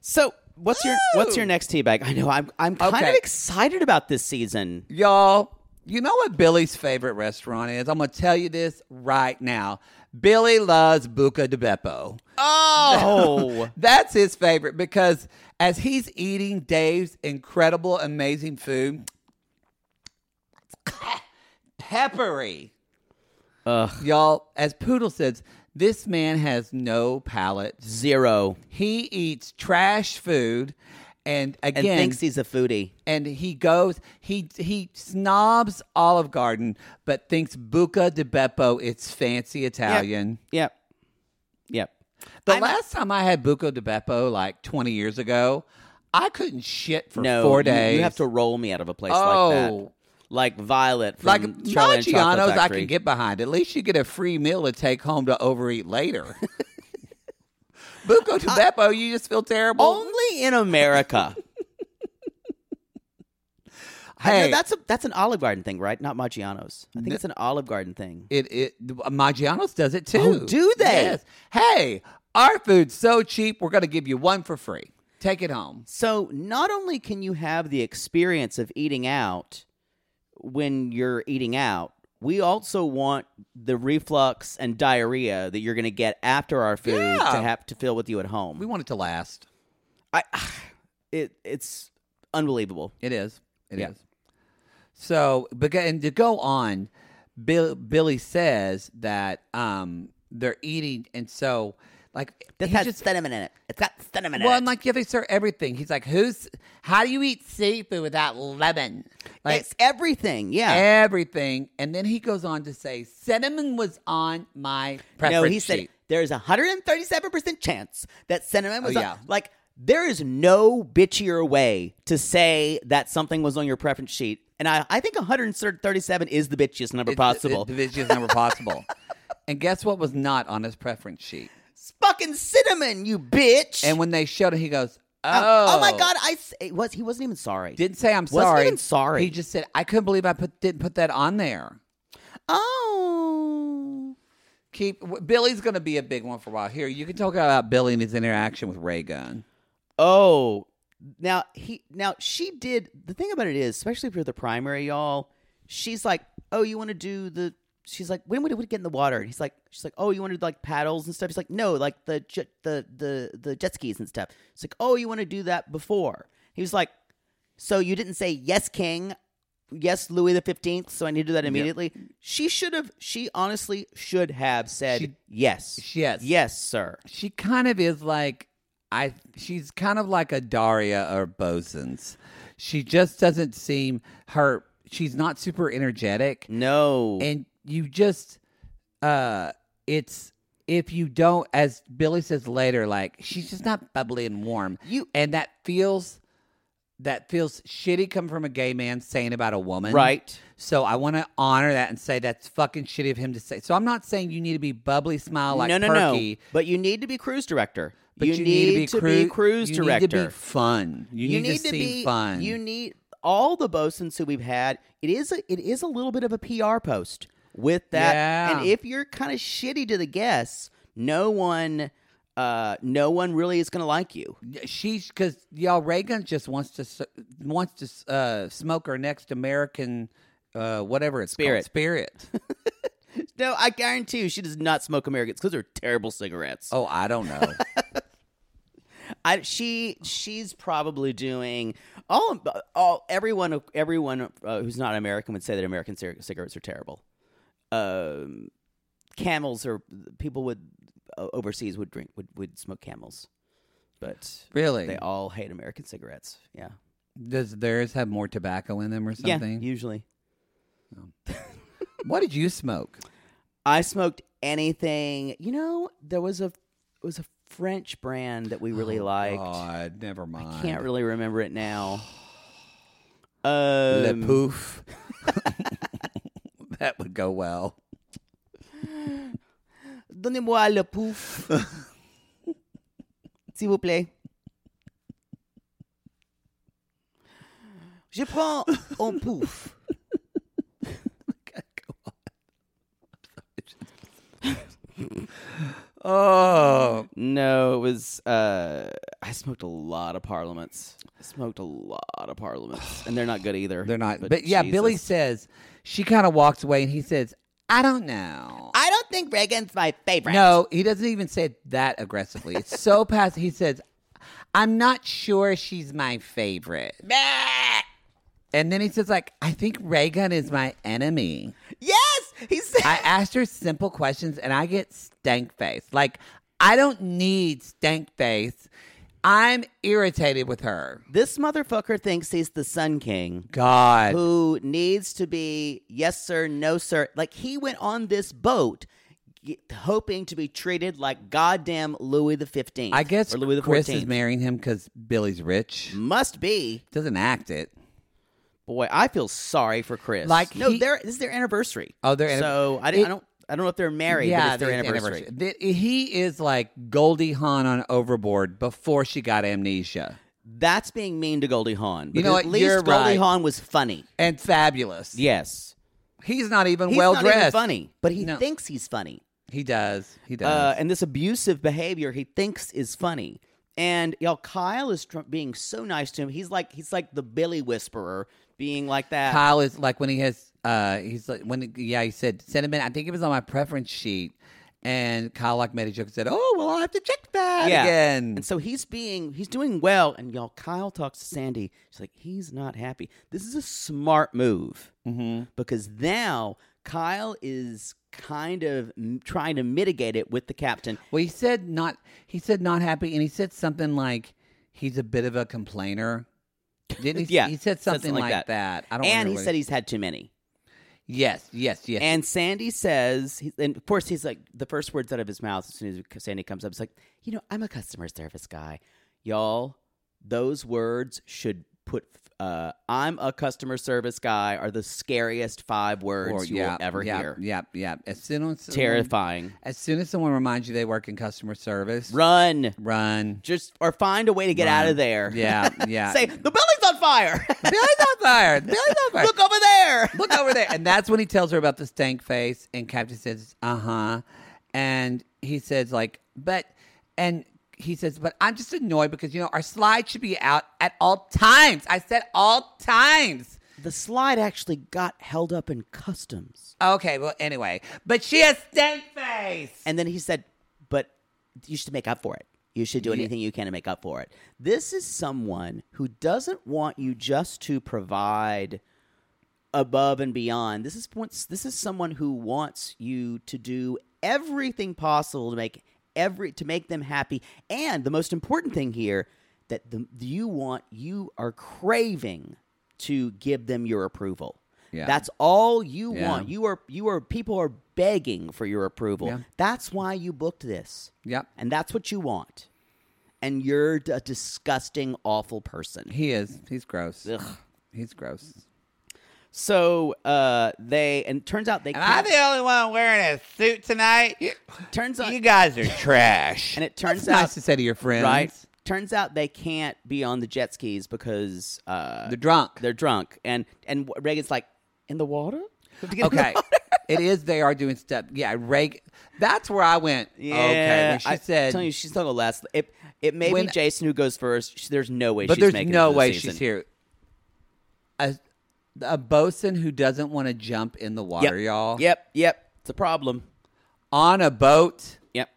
[SPEAKER 2] So what's your what's your next teabag? I know I'm I'm kind of
[SPEAKER 3] Okay.
[SPEAKER 2] excited about this season.
[SPEAKER 3] Y'all, you know what Billy's favorite restaurant is? I'm going to tell you this right now. Billy loves Buca de Beppo.
[SPEAKER 2] Oh,
[SPEAKER 3] That's his favorite because as he's eating Dave's incredible, amazing food, peppery. Y'all, as Poodle says, this man has no palate.
[SPEAKER 2] zero
[SPEAKER 3] He eats trash food. And
[SPEAKER 2] and
[SPEAKER 3] again,
[SPEAKER 2] thinks he's a foodie.
[SPEAKER 3] and he goes he he snobs Olive Garden but thinks Buca di Beppo it's fancy Italian.
[SPEAKER 2] Yep, yep.
[SPEAKER 3] The
[SPEAKER 2] I'm-
[SPEAKER 3] last time I had Buca di Beppo like 20 years ago, I couldn't shit for
[SPEAKER 2] no,
[SPEAKER 3] 4
[SPEAKER 2] you-
[SPEAKER 3] days.
[SPEAKER 2] You, have to roll me out of a place
[SPEAKER 3] Oh.
[SPEAKER 2] like that, like Violet from
[SPEAKER 3] like
[SPEAKER 2] Charlie and the Chocolate
[SPEAKER 3] Maggiano's I
[SPEAKER 2] Factory.
[SPEAKER 3] can get behind. At least you get a free meal to take home to overeat later. Buco di Beppo, you just feel terrible.
[SPEAKER 2] only in America. I know
[SPEAKER 3] hey,
[SPEAKER 2] that's a that's an Olive Garden thing, right? Not Maggiano's. I think it's an Olive Garden thing.
[SPEAKER 3] It it Maggiano's does it too.
[SPEAKER 2] Oh, do they?
[SPEAKER 3] Yes. Hey, our food's so cheap. We're going to give you one for free. Take it home.
[SPEAKER 2] So not only can you have the experience of eating out when you're eating out, we also want the reflux and diarrhea that you're going to get after our food to
[SPEAKER 3] Yeah.
[SPEAKER 2] have to fill with you at home.
[SPEAKER 3] We want it to last.
[SPEAKER 2] I, it it's unbelievable.
[SPEAKER 3] It is. It is.
[SPEAKER 2] Yeah.
[SPEAKER 3] So, but go- and to go on, Bill, Billy says that um they're eating, and so like
[SPEAKER 2] This
[SPEAKER 3] he
[SPEAKER 2] has
[SPEAKER 3] just-
[SPEAKER 2] cinnamon in it. It's got cinnamon
[SPEAKER 3] well,
[SPEAKER 2] in
[SPEAKER 3] and
[SPEAKER 2] it.
[SPEAKER 3] like yeah, they serve everything. He's like, who's how do you eat seafood without lemon? Like
[SPEAKER 2] it's everything. Yeah.
[SPEAKER 3] everything. And then he goes on to say, cinnamon was on my preference
[SPEAKER 2] no, he said
[SPEAKER 3] sheet.
[SPEAKER 2] there's a 137% chance that cinnamon was
[SPEAKER 3] Oh,
[SPEAKER 2] on-
[SPEAKER 3] yeah.
[SPEAKER 2] like there is no bitchier way to say that something was on your preference sheet. And I, I think 137 is the bitchiest number possible.
[SPEAKER 3] The, the bitchiest number possible. and guess what was not on his preference sheet?
[SPEAKER 2] it's fucking cinnamon, you bitch.
[SPEAKER 3] And when they showed it, he goes,
[SPEAKER 2] oh,
[SPEAKER 3] "Oh,
[SPEAKER 2] my god, I s- it was he wasn't even sorry.
[SPEAKER 3] Didn't say I'm
[SPEAKER 2] Wasn't
[SPEAKER 3] sorry.
[SPEAKER 2] even sorry.
[SPEAKER 3] He just said I couldn't believe I put didn't put that on there.
[SPEAKER 2] Oh.
[SPEAKER 3] Keep w- Billy's going to be a big one for a while. Here, you can talk about Billy and his interaction with Ray Gun.
[SPEAKER 2] Oh, now he now she did the thing about it is, especially if you're the primary, y'all. She's like, oh, you want to do the? She's like, when would it get in the water? And he's like, she's like, oh, you want to do like paddles and stuff. He's like, no, like the jet, the the the jet skis and stuff. It's like, oh, you want to do that before? He was like, so you didn't say yes, King. Yes, Louis the Fifteenth. So I need to do that immediately. She should have. She honestly should have said
[SPEAKER 3] She-
[SPEAKER 2] yes.
[SPEAKER 3] Yes.
[SPEAKER 2] Yes, sir.
[SPEAKER 3] She kind of is like I. She's kind of like a Daria or Bosons. She just doesn't seem her. She's not super energetic,
[SPEAKER 2] No.
[SPEAKER 3] and you just uh, it's if you don't, as Billy says later, like she's just not bubbly and warm.
[SPEAKER 2] You-
[SPEAKER 3] and that feels that feels shitty coming from a gay man saying about a woman,
[SPEAKER 2] right.
[SPEAKER 3] So I want to honor that and say that's fucking shitty of him to say. So I'm not saying you need to be bubbly, smile like
[SPEAKER 2] no, no,
[SPEAKER 3] Perky.
[SPEAKER 2] no. But you need to be cruise director.
[SPEAKER 3] But
[SPEAKER 2] you, need, to be,
[SPEAKER 3] cru-
[SPEAKER 2] cruise
[SPEAKER 3] you
[SPEAKER 2] director.
[SPEAKER 3] need to be fun. You, need, to, seem
[SPEAKER 2] be
[SPEAKER 3] fun.
[SPEAKER 2] You need all the bosuns who we've had. It is a, it is a little bit of a PR post with that.
[SPEAKER 3] Yeah.
[SPEAKER 2] And if you're kind of shitty to the guests, no one, uh, no one really is going to like you.
[SPEAKER 3] she's because y'all Reagan just wants to s- wants to s- uh, smoke her next American uh, whatever it's
[SPEAKER 2] Spirit.
[SPEAKER 3] called spirit.
[SPEAKER 2] No, I guarantee you, she does not smoke Americans because they're terrible cigarettes.
[SPEAKER 3] oh, I don't know.
[SPEAKER 2] I she she's probably doing all all everyone everyone uh, who's not American would say that American cig- cigarettes are terrible. Um, camels are people with o- overseas would drink would would smoke Camels, but
[SPEAKER 3] Really?
[SPEAKER 2] they all hate American cigarettes. Yeah,
[SPEAKER 3] Does theirs have more tobacco in them or something?
[SPEAKER 2] yeah, usually.
[SPEAKER 3] what did you smoke?
[SPEAKER 2] I smoked anything. You know, there was a it was a French brand that we really liked.
[SPEAKER 3] Oh, God, never mind.
[SPEAKER 2] I can't really remember it now.
[SPEAKER 3] Le
[SPEAKER 2] Um,
[SPEAKER 3] poof. that would go well.
[SPEAKER 2] Donnez-moi le pouf. S'il vous plaît. Je prends un pouf.
[SPEAKER 3] Oh,
[SPEAKER 2] No, it was. Uh, I smoked a lot of parliaments. I smoked a lot of parliaments, and they're not good either.
[SPEAKER 3] they're not. But, yeah, Billy
[SPEAKER 2] Jesus.
[SPEAKER 3] says she kind of walks away, and he says, "I don't know."
[SPEAKER 2] I don't think Reagan's my favorite.
[SPEAKER 3] No, he doesn't even say it that aggressively. It's so passive. He says, "I'm not sure she's my favorite." And then he says, "Like I think Raygun is my enemy."
[SPEAKER 2] Yes, he said.
[SPEAKER 3] I asked her simple questions and I get stank face. Like, I don't need stank face. I'm irritated with her.
[SPEAKER 2] this motherfucker thinks he's the Sun King.
[SPEAKER 3] God.
[SPEAKER 2] who needs to be yes sir no sir like he went on this boat y- hoping to be treated like goddamn louis the 15th
[SPEAKER 3] I guess
[SPEAKER 2] or louis the
[SPEAKER 3] Chris
[SPEAKER 2] 14th
[SPEAKER 3] is marrying him because Billy's rich.
[SPEAKER 2] must be
[SPEAKER 3] Doesn't act it.
[SPEAKER 2] boy i feel sorry for chris
[SPEAKER 3] Like
[SPEAKER 2] no
[SPEAKER 3] he-
[SPEAKER 2] they're this is their anniversary
[SPEAKER 3] Oh, their anniv-
[SPEAKER 2] so I, di-
[SPEAKER 3] it-
[SPEAKER 2] I don't i don't know if they're married but it's their
[SPEAKER 3] it's
[SPEAKER 2] anniversary,
[SPEAKER 3] Th- He is like Goldie Hawn on Overboard before she got amnesia
[SPEAKER 2] that's being mean to goldie hawn
[SPEAKER 3] You know
[SPEAKER 2] because
[SPEAKER 3] what?
[SPEAKER 2] at least
[SPEAKER 3] You're
[SPEAKER 2] goldie
[SPEAKER 3] right.
[SPEAKER 2] hawn was funny
[SPEAKER 3] and fabulous.
[SPEAKER 2] yes
[SPEAKER 3] He's not even
[SPEAKER 2] he's
[SPEAKER 3] well
[SPEAKER 2] not even
[SPEAKER 3] dressed.
[SPEAKER 2] funny but he
[SPEAKER 3] No.
[SPEAKER 2] thinks he's funny
[SPEAKER 3] He does. He does.
[SPEAKER 2] uh, and this abusive behavior he thinks is funny. And y'all, Kyle is tr- being so nice to him. He's like he's like the Billy Whisperer, being like that.
[SPEAKER 3] Kyle is like when he has uh he's like when yeah he said sentiment I think it was on my preference sheet and Kyle like made a joke and said oh well I'll have to check that again
[SPEAKER 2] And so he's being he's doing well. And y'all, Kyle talks to Sandy. She's like, he's not happy. This is a smart move
[SPEAKER 3] Mm-hmm.
[SPEAKER 2] because now Kyle is kind of m- trying to mitigate it with the captain.
[SPEAKER 3] well he said not he said not happy and he said something like he's a bit of a complainer didn't he
[SPEAKER 2] Yeah,
[SPEAKER 3] he said something, like, that. I don't
[SPEAKER 2] and
[SPEAKER 3] remember
[SPEAKER 2] he
[SPEAKER 3] what
[SPEAKER 2] said he's had too many.
[SPEAKER 3] yes yes yes
[SPEAKER 2] And Sandy says, he- and of course, he's like, the first words out of his mouth as soon as Sandy comes up is like, you know, I'm a customer service guy. Y'all, those words should put, uh, I'm a customer service guy are the scariest five words
[SPEAKER 3] Or,
[SPEAKER 2] you will ever
[SPEAKER 3] yeah,
[SPEAKER 2] hear.
[SPEAKER 3] yeah yeah as soon as someone-
[SPEAKER 2] Terrifying.
[SPEAKER 3] as soon as someone reminds you they work in customer service
[SPEAKER 2] Run.
[SPEAKER 3] run
[SPEAKER 2] Just, or find a way to get out of there.
[SPEAKER 3] yeah yeah
[SPEAKER 2] Say, the building's on fire.
[SPEAKER 3] Billy's on fire Billy's on fire
[SPEAKER 2] Look over there.
[SPEAKER 3] look over there. And that's when he tells her about the stank face. And Captain says, uh huh. And he says, like, but, and he says, but I'm just annoyed because, you know, our slide should be out at all times. I said all times.
[SPEAKER 2] The slide actually got held up in customs.
[SPEAKER 3] Okay, well, anyway, but she has stank face.
[SPEAKER 2] And then he said, but you should make up for it. You should do anything you can to make up for it. This is someone who doesn't want you just to provide above and beyond. This is wants- this is someone who wants you to do everything possible to make every to make them happy. And the most important thing here that the, you want you are craving to give them your approval.
[SPEAKER 3] Yeah.
[SPEAKER 2] That's all you
[SPEAKER 3] Yeah.
[SPEAKER 2] want. You are you are people are begging for your approval.
[SPEAKER 3] Yeah.
[SPEAKER 2] That's why you booked this.
[SPEAKER 3] Yep.
[SPEAKER 2] And that's what you want. And you're d- a disgusting awful person.
[SPEAKER 3] He is. He's gross.
[SPEAKER 2] Ugh.
[SPEAKER 3] He's gross.
[SPEAKER 2] So uh, they and turns out they
[SPEAKER 3] Am I
[SPEAKER 2] can't-
[SPEAKER 3] the only one wearing a suit tonight? You,
[SPEAKER 2] turns out
[SPEAKER 3] you guys are trash.
[SPEAKER 2] and it turns
[SPEAKER 3] That's
[SPEAKER 2] out
[SPEAKER 3] nice to say to your friends.
[SPEAKER 2] right turns out they can't be on the jet skis because uh,
[SPEAKER 3] They're drunk.
[SPEAKER 2] they're drunk and and Reagan's like in the water. We have to get in the
[SPEAKER 3] Okay.
[SPEAKER 2] water?"
[SPEAKER 3] it is they are doing stuff. Yeah, Reagan. That's where I went. okay. When she
[SPEAKER 2] I,
[SPEAKER 3] said,
[SPEAKER 2] telling you, she's not gonna last. It, it may
[SPEAKER 3] When-
[SPEAKER 2] be Jason who goes first. She, there's no way.
[SPEAKER 3] but
[SPEAKER 2] she's
[SPEAKER 3] there's
[SPEAKER 2] making it
[SPEAKER 3] no
[SPEAKER 2] through the
[SPEAKER 3] way
[SPEAKER 2] season.
[SPEAKER 3] she's here. A, a bosun who doesn't want to jump in the
[SPEAKER 2] Yep.
[SPEAKER 3] water, y'all.
[SPEAKER 2] Yep, yep. It's a problem.
[SPEAKER 3] On a boat.
[SPEAKER 2] Yep.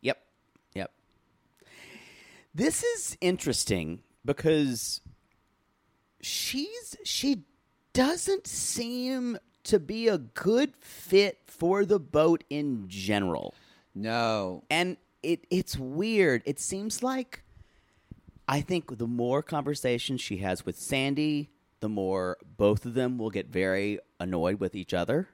[SPEAKER 2] Yep. Yep. This is interesting because she's she doesn't seem to be a good fit for the boat in general.
[SPEAKER 3] No.
[SPEAKER 2] And it it's weird. It seems like I think the more conversations she has with Sandy, the more both of them will get very annoyed with each other.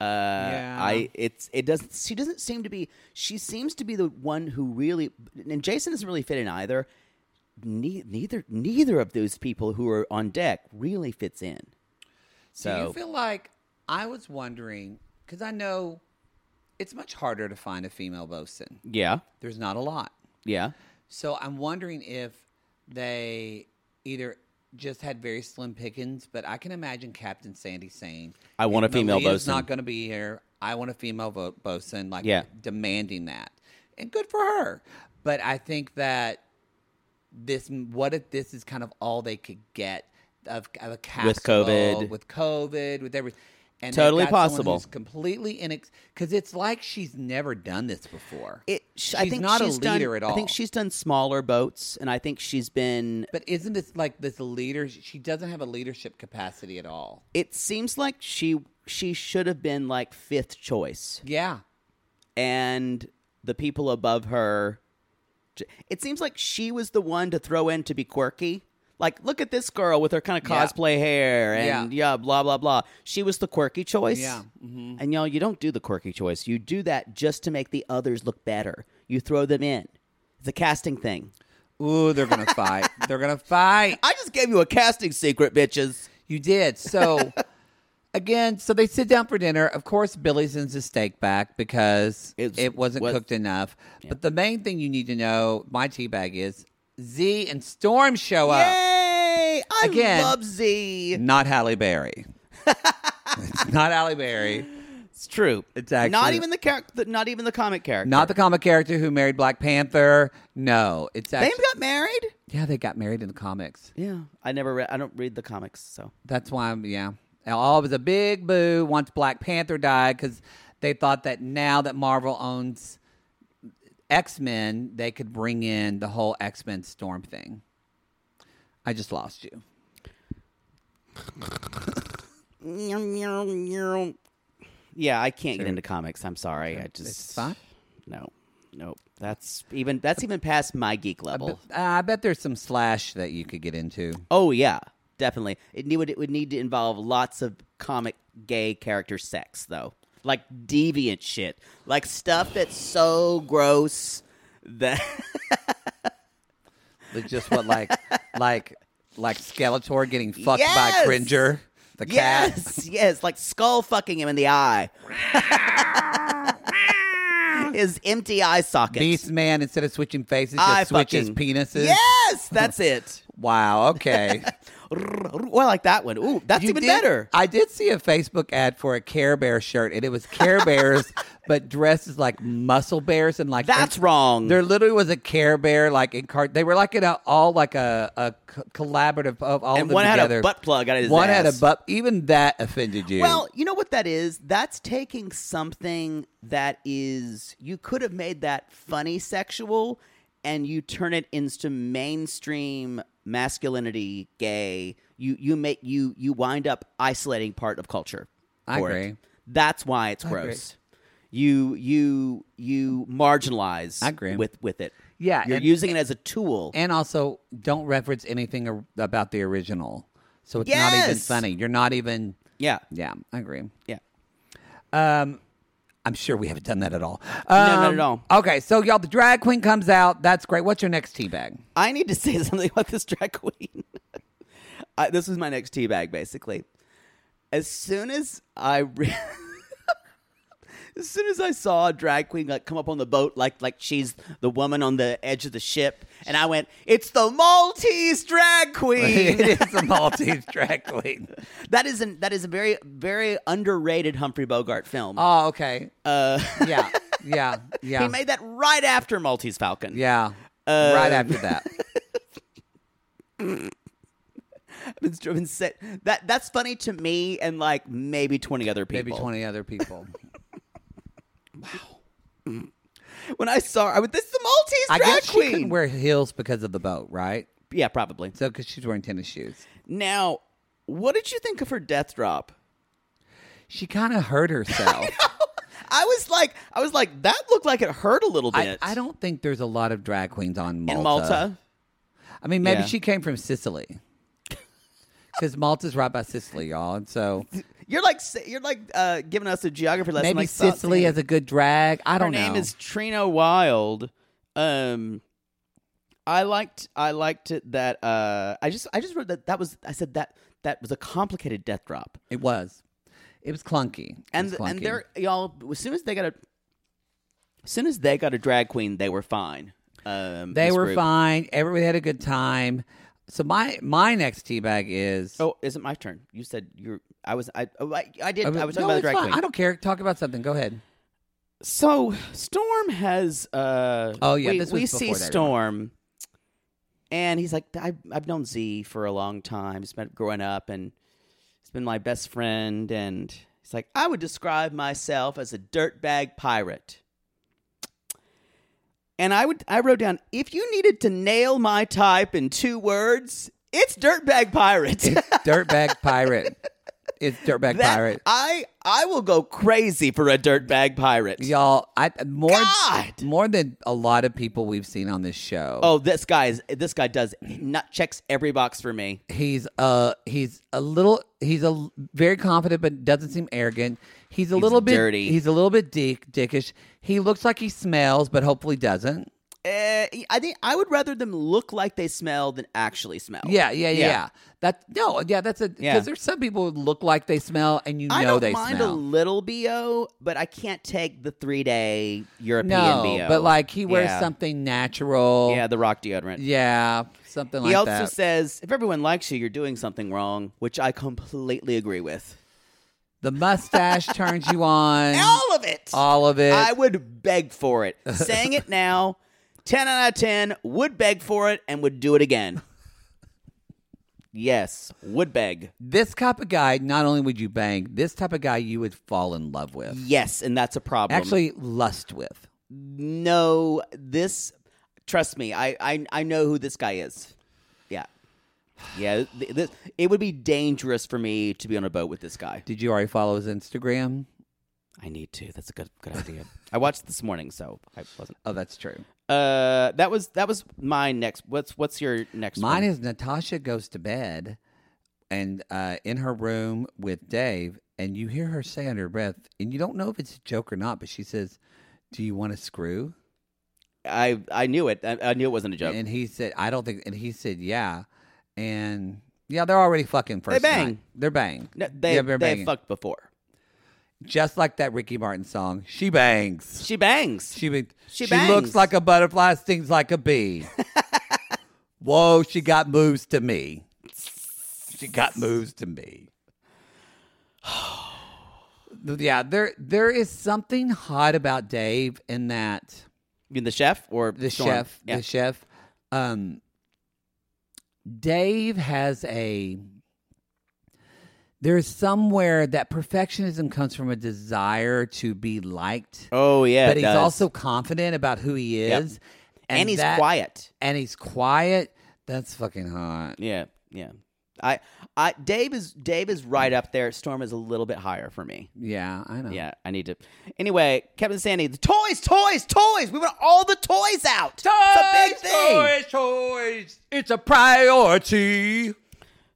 [SPEAKER 2] Uh,
[SPEAKER 3] Yeah.
[SPEAKER 2] I it's it doesn't she doesn't seem to be she seems to be the one who really and Jason doesn't really fit in either. Ne- neither neither of those people who are on deck really fits in. So
[SPEAKER 3] Do you feel like I was wondering because I know it's much harder to find a female bosun.
[SPEAKER 2] yeah
[SPEAKER 3] There's not a lot,
[SPEAKER 2] yeah
[SPEAKER 3] so I'm wondering if they either just had very slim pickings. But I can imagine Captain Sandy saying,
[SPEAKER 2] I want a
[SPEAKER 3] "If
[SPEAKER 2] female
[SPEAKER 3] Malia's
[SPEAKER 2] bosun."
[SPEAKER 3] Not going to be here. I want a female vo- bosun." Like
[SPEAKER 2] Yeah.
[SPEAKER 3] demanding that, and good for her. But I think that this what if this is kind of all they could get of, of a castle
[SPEAKER 2] COVID.
[SPEAKER 3] with COVID with everything and they've
[SPEAKER 2] Totally
[SPEAKER 3] got someone
[SPEAKER 2] possible.
[SPEAKER 3] who's completely inex because it's like she's never done this before
[SPEAKER 2] It, sh- I
[SPEAKER 3] She's
[SPEAKER 2] think
[SPEAKER 3] not a
[SPEAKER 2] she's done-
[SPEAKER 3] leader at
[SPEAKER 2] I think
[SPEAKER 3] all.
[SPEAKER 2] she's done smaller boats, and I think she's been.
[SPEAKER 3] but isn't this like this leader she doesn't have a leadership capacity at all
[SPEAKER 2] It seems like she she should have been like fifth choice,
[SPEAKER 3] yeah
[SPEAKER 2] and the people above her. j- It seems like she was the one to throw in to be quirky. Like, look at this girl with her kind of
[SPEAKER 3] Yeah.
[SPEAKER 2] cosplay hair, and yeah. Mm-hmm. blah blah blah. She was the quirky choice.
[SPEAKER 3] Yeah.
[SPEAKER 2] and y'all, you don't do the quirky choice. You do that just to make the others look better. You throw them in. It's a casting thing.
[SPEAKER 3] ooh they're gonna fight they're gonna fight
[SPEAKER 2] I just gave you a casting secret, bitches.
[SPEAKER 3] You did. So again, so they sit down for dinner. Of course, Billy sends his steak back because
[SPEAKER 2] It's-
[SPEAKER 3] it wasn't
[SPEAKER 2] was-
[SPEAKER 3] cooked enough. But the main thing you need to know, my tea bag is Z and Storm show up.
[SPEAKER 2] Yay! I
[SPEAKER 3] Again.
[SPEAKER 2] love Z.
[SPEAKER 3] Not Halle Berry. it's not Halle Berry.
[SPEAKER 2] It's true.
[SPEAKER 3] It's actually-
[SPEAKER 2] not even the character. Not even the comic character.
[SPEAKER 3] Not the comic character who married Black Panther. No, it's
[SPEAKER 2] They
[SPEAKER 3] actually
[SPEAKER 2] got married.
[SPEAKER 3] yeah. They got married in the comics.
[SPEAKER 2] Yeah, I never read. I don't read the comics, so
[SPEAKER 3] That's why I'm, yeah. And All it was a big boo once Black Panther died because they thought that now that Marvel owns X Men, they could bring in the whole X Men Storm thing. I just lost you.
[SPEAKER 2] yeah, I can't get into comics. I'm sorry. I just
[SPEAKER 3] It's fine.
[SPEAKER 2] No, no. That's even. That's even past my geek
[SPEAKER 3] I,
[SPEAKER 2] level.
[SPEAKER 3] bet- uh, I bet there's some slash that you could get into.
[SPEAKER 2] Oh yeah, definitely. It need, it would need to involve lots of comic gay character sex though, like deviant shit, like stuff that's so gross that
[SPEAKER 3] Like, Just what, like, like, like Skeletor getting fucked
[SPEAKER 2] Yes!
[SPEAKER 3] by Cringer, the cat.
[SPEAKER 2] yes, yes, like skull fucking him in the eye, his empty eye socket.
[SPEAKER 3] Beast Man, instead of switching faces, just
[SPEAKER 2] Eye
[SPEAKER 3] switches
[SPEAKER 2] fucking.
[SPEAKER 3] penises.
[SPEAKER 2] Yes, that's it.
[SPEAKER 3] Wow. Okay.
[SPEAKER 2] well, I like that one. Ooh, that's
[SPEAKER 3] You
[SPEAKER 2] even
[SPEAKER 3] did-
[SPEAKER 2] better.
[SPEAKER 3] I did see a Facebook ad for a Care Bear shirt, and it was Care Bears, but dressed as like muscle bears and like
[SPEAKER 2] That's wrong.
[SPEAKER 3] There literally was a Care Bear like in cart. They were like in a all like a, a co- collaborative of all
[SPEAKER 2] And
[SPEAKER 3] of them
[SPEAKER 2] one had a
[SPEAKER 3] together.
[SPEAKER 2] butt plug out of his
[SPEAKER 3] One had a
[SPEAKER 2] ass.
[SPEAKER 3] butt. Even that offended you.
[SPEAKER 2] Well, you know what that is? That's taking something that is you could have made that funny sexual and you turn it into mainstream masculinity gay. You you make you you wind up isolating part of culture.
[SPEAKER 3] I
[SPEAKER 2] for it.
[SPEAKER 3] agree.
[SPEAKER 2] That's why it's
[SPEAKER 3] agree.
[SPEAKER 2] gross. You you you marginalize
[SPEAKER 3] I agree.
[SPEAKER 2] with with it.
[SPEAKER 3] Yeah,
[SPEAKER 2] You're
[SPEAKER 3] and-
[SPEAKER 2] using it as a tool.
[SPEAKER 3] and also don't reference anything ar- about the original, so it's not even
[SPEAKER 2] Yes!
[SPEAKER 3] funny. You're not even.
[SPEAKER 2] yeah.
[SPEAKER 3] Yeah, I agree.
[SPEAKER 2] Yeah.
[SPEAKER 3] I'm sure we haven't done that at all.
[SPEAKER 2] not
[SPEAKER 3] Um,
[SPEAKER 2] at all.
[SPEAKER 3] Okay, so y'all, the drag queen comes out. That's great. What's your next tea bag?
[SPEAKER 2] I need to say something about this drag queen. I, this was my next tea bag, basically. As soon as I, re- as soon as I saw a drag queen like come up on the boat, like like she's the woman on the edge of the ship, and I went, "It's the Maltese drag queen."
[SPEAKER 3] it is a Maltese drag queen.
[SPEAKER 2] that is an that is a very very underrated Humphrey Bogart film.
[SPEAKER 3] Oh, okay. Uh, yeah, yeah, yeah,
[SPEAKER 2] He made Uh, that right after Maltese Falcon.
[SPEAKER 3] yeah. right after that,
[SPEAKER 2] it's driven set. That that's funny to me and like maybe twenty other people.
[SPEAKER 3] maybe twenty other people.
[SPEAKER 2] When I saw her, I went, this is the Maltese
[SPEAKER 3] I
[SPEAKER 2] drag
[SPEAKER 3] guess she
[SPEAKER 2] queen.
[SPEAKER 3] couldn't wear heels because of the boat, right?
[SPEAKER 2] yeah, probably.
[SPEAKER 3] So because she's wearing tennis shoes.
[SPEAKER 2] Now, what did you think of her death drop?
[SPEAKER 3] She kind of hurt herself.
[SPEAKER 2] I was like, I was like, that looked like it hurt a little
[SPEAKER 3] I,
[SPEAKER 2] bit.
[SPEAKER 3] I don't think there's a lot of drag queens on Malta.
[SPEAKER 2] in Malta.
[SPEAKER 3] I mean, maybe
[SPEAKER 2] Yeah.
[SPEAKER 3] she came from Sicily. Because Malta's right by Sicily, y'all. And so
[SPEAKER 2] You're like, you're like uh, giving us a geography lesson.
[SPEAKER 3] maybe
[SPEAKER 2] like, stop
[SPEAKER 3] Sicily
[SPEAKER 2] saying-
[SPEAKER 3] has a good drag. I don't
[SPEAKER 8] Her name
[SPEAKER 3] know.
[SPEAKER 8] is Trina Wild. Um,
[SPEAKER 2] I liked I liked it that uh I just I just wrote that that was I said that that was a complicated death drop.
[SPEAKER 3] it was. It was clunky. It
[SPEAKER 2] And
[SPEAKER 3] was
[SPEAKER 2] th- and
[SPEAKER 3] clunky.
[SPEAKER 2] they're y'all as soon as they got a as soon as they got a drag queen, they were fine. Um
[SPEAKER 3] They
[SPEAKER 2] this
[SPEAKER 3] were
[SPEAKER 2] group.
[SPEAKER 3] fine. Everybody had a good time. So my my next teabag is
[SPEAKER 2] Oh, is it my turn? You said you're I was I oh, I, I did
[SPEAKER 3] I
[SPEAKER 2] I was,
[SPEAKER 3] was- no,
[SPEAKER 2] talking about the
[SPEAKER 3] it's
[SPEAKER 2] drag
[SPEAKER 3] fine.
[SPEAKER 2] queen.
[SPEAKER 3] I don't care. Talk about something. Go ahead.
[SPEAKER 2] So Storm has uh
[SPEAKER 3] Oh, yeah,
[SPEAKER 2] we,
[SPEAKER 3] this
[SPEAKER 2] we
[SPEAKER 3] was
[SPEAKER 2] see
[SPEAKER 3] before that,
[SPEAKER 2] Storm and he's like I I've known Z for a long time. It's been growing up and he's been my best friend and he's like I would describe myself as a dirtbag pirate. And I would I wrote down if you needed to nail my type in two words, it's dirtbag pirate.
[SPEAKER 3] It's dirtbag pirate. It's dirtbag
[SPEAKER 2] That-
[SPEAKER 3] pirate.
[SPEAKER 2] I I will go crazy for a dirtbag pirate.
[SPEAKER 3] Y'all, I more
[SPEAKER 2] God!
[SPEAKER 3] more than a lot of people we've seen on this show.
[SPEAKER 2] Oh, this guy is this guy does not checks every box for me.
[SPEAKER 3] he's uh he's a little he's a l- very confident but doesn't seem arrogant. He's a little bit
[SPEAKER 2] dirty.
[SPEAKER 3] He's a little bit dick dickish. He looks like he smells, but hopefully doesn't.
[SPEAKER 2] Uh, I think I would rather them look like they smell than actually smell.
[SPEAKER 3] Yeah, yeah, yeah.
[SPEAKER 2] Yeah.
[SPEAKER 3] yeah. That no, yeah, that's a because
[SPEAKER 2] Yeah.
[SPEAKER 3] there's some people who look like they smell and you
[SPEAKER 2] I
[SPEAKER 3] know
[SPEAKER 2] don't
[SPEAKER 3] they
[SPEAKER 2] mind a
[SPEAKER 3] smell.
[SPEAKER 2] little bo, but I can't take the three day European
[SPEAKER 3] no,
[SPEAKER 2] bo.
[SPEAKER 3] but like he wears
[SPEAKER 2] Yeah.
[SPEAKER 3] something natural.
[SPEAKER 2] yeah, the rock deodorant.
[SPEAKER 3] yeah, something
[SPEAKER 2] he
[SPEAKER 3] like
[SPEAKER 2] also
[SPEAKER 3] that.
[SPEAKER 2] says if everyone likes you, you're doing something wrong, which I completely agree with.
[SPEAKER 3] the mustache turns you on.
[SPEAKER 2] All of it.
[SPEAKER 3] All of it.
[SPEAKER 2] I would beg for it. Saying it now, ten out of ten would beg for it and would do it again. Yes, would beg.
[SPEAKER 3] this type of guy, not only would you bang, this type of guy you would fall in love with.
[SPEAKER 2] Yes, and that's a problem.
[SPEAKER 3] Actually, lust with.
[SPEAKER 2] no, this. Trust me, I I, I know who this guy is. Yeah, yeah. th- This, it would be dangerous for me to be on a boat with this guy.
[SPEAKER 3] Did you already follow his Instagram?
[SPEAKER 2] I need to. That's a good good idea. I watched this morning, so I wasn't.
[SPEAKER 3] Oh, that's true.
[SPEAKER 2] Uh, that was that was my next. What's what's your next?
[SPEAKER 3] Mine
[SPEAKER 2] one?
[SPEAKER 3] is Natasha goes to bed and uh, in her room with Dave, and you hear her say under her breath, and you don't know if it's a joke or not, but she says, Do you want to screw?
[SPEAKER 2] I I knew it. I, I knew it wasn't a joke.
[SPEAKER 3] And he said, I don't think, and he said, Yeah. And yeah, they're already fucking first.
[SPEAKER 2] bang.
[SPEAKER 3] night. They're bang.
[SPEAKER 2] No, they
[SPEAKER 3] Yeah,
[SPEAKER 2] they
[SPEAKER 3] they're banging.
[SPEAKER 2] fucked before.
[SPEAKER 3] Just like that Ricky Martin song, She Bangs.
[SPEAKER 2] She bangs.
[SPEAKER 3] She be, she,
[SPEAKER 2] She bangs.
[SPEAKER 3] looks like a butterfly, stings like a bee. Whoa, she got moves to me. She got moves to me. yeah, there there is something hot about Dave in that
[SPEAKER 2] you mean the chef or
[SPEAKER 3] the
[SPEAKER 2] Storm?
[SPEAKER 3] chef,
[SPEAKER 2] Yeah.
[SPEAKER 3] the chef. Um, Dave has a. There's somewhere that perfectionism comes from a desire to be liked
[SPEAKER 2] oh yeah,
[SPEAKER 3] but
[SPEAKER 2] it
[SPEAKER 3] he's
[SPEAKER 2] does.
[SPEAKER 3] also confident about who he
[SPEAKER 2] Yep.
[SPEAKER 3] is,
[SPEAKER 2] and, he's
[SPEAKER 3] that-
[SPEAKER 2] quiet.
[SPEAKER 3] And he's quiet. That's fucking hot.
[SPEAKER 2] Yeah, yeah. I I Dave is Dave is right up there. Storm is a little bit higher for me.
[SPEAKER 3] Yeah, I know.
[SPEAKER 2] Yeah, I need to. Anyway, Kevin Sandy, the toys, toys, toys. We want all the toys out. it's a big thing.
[SPEAKER 3] toys. It's a priority.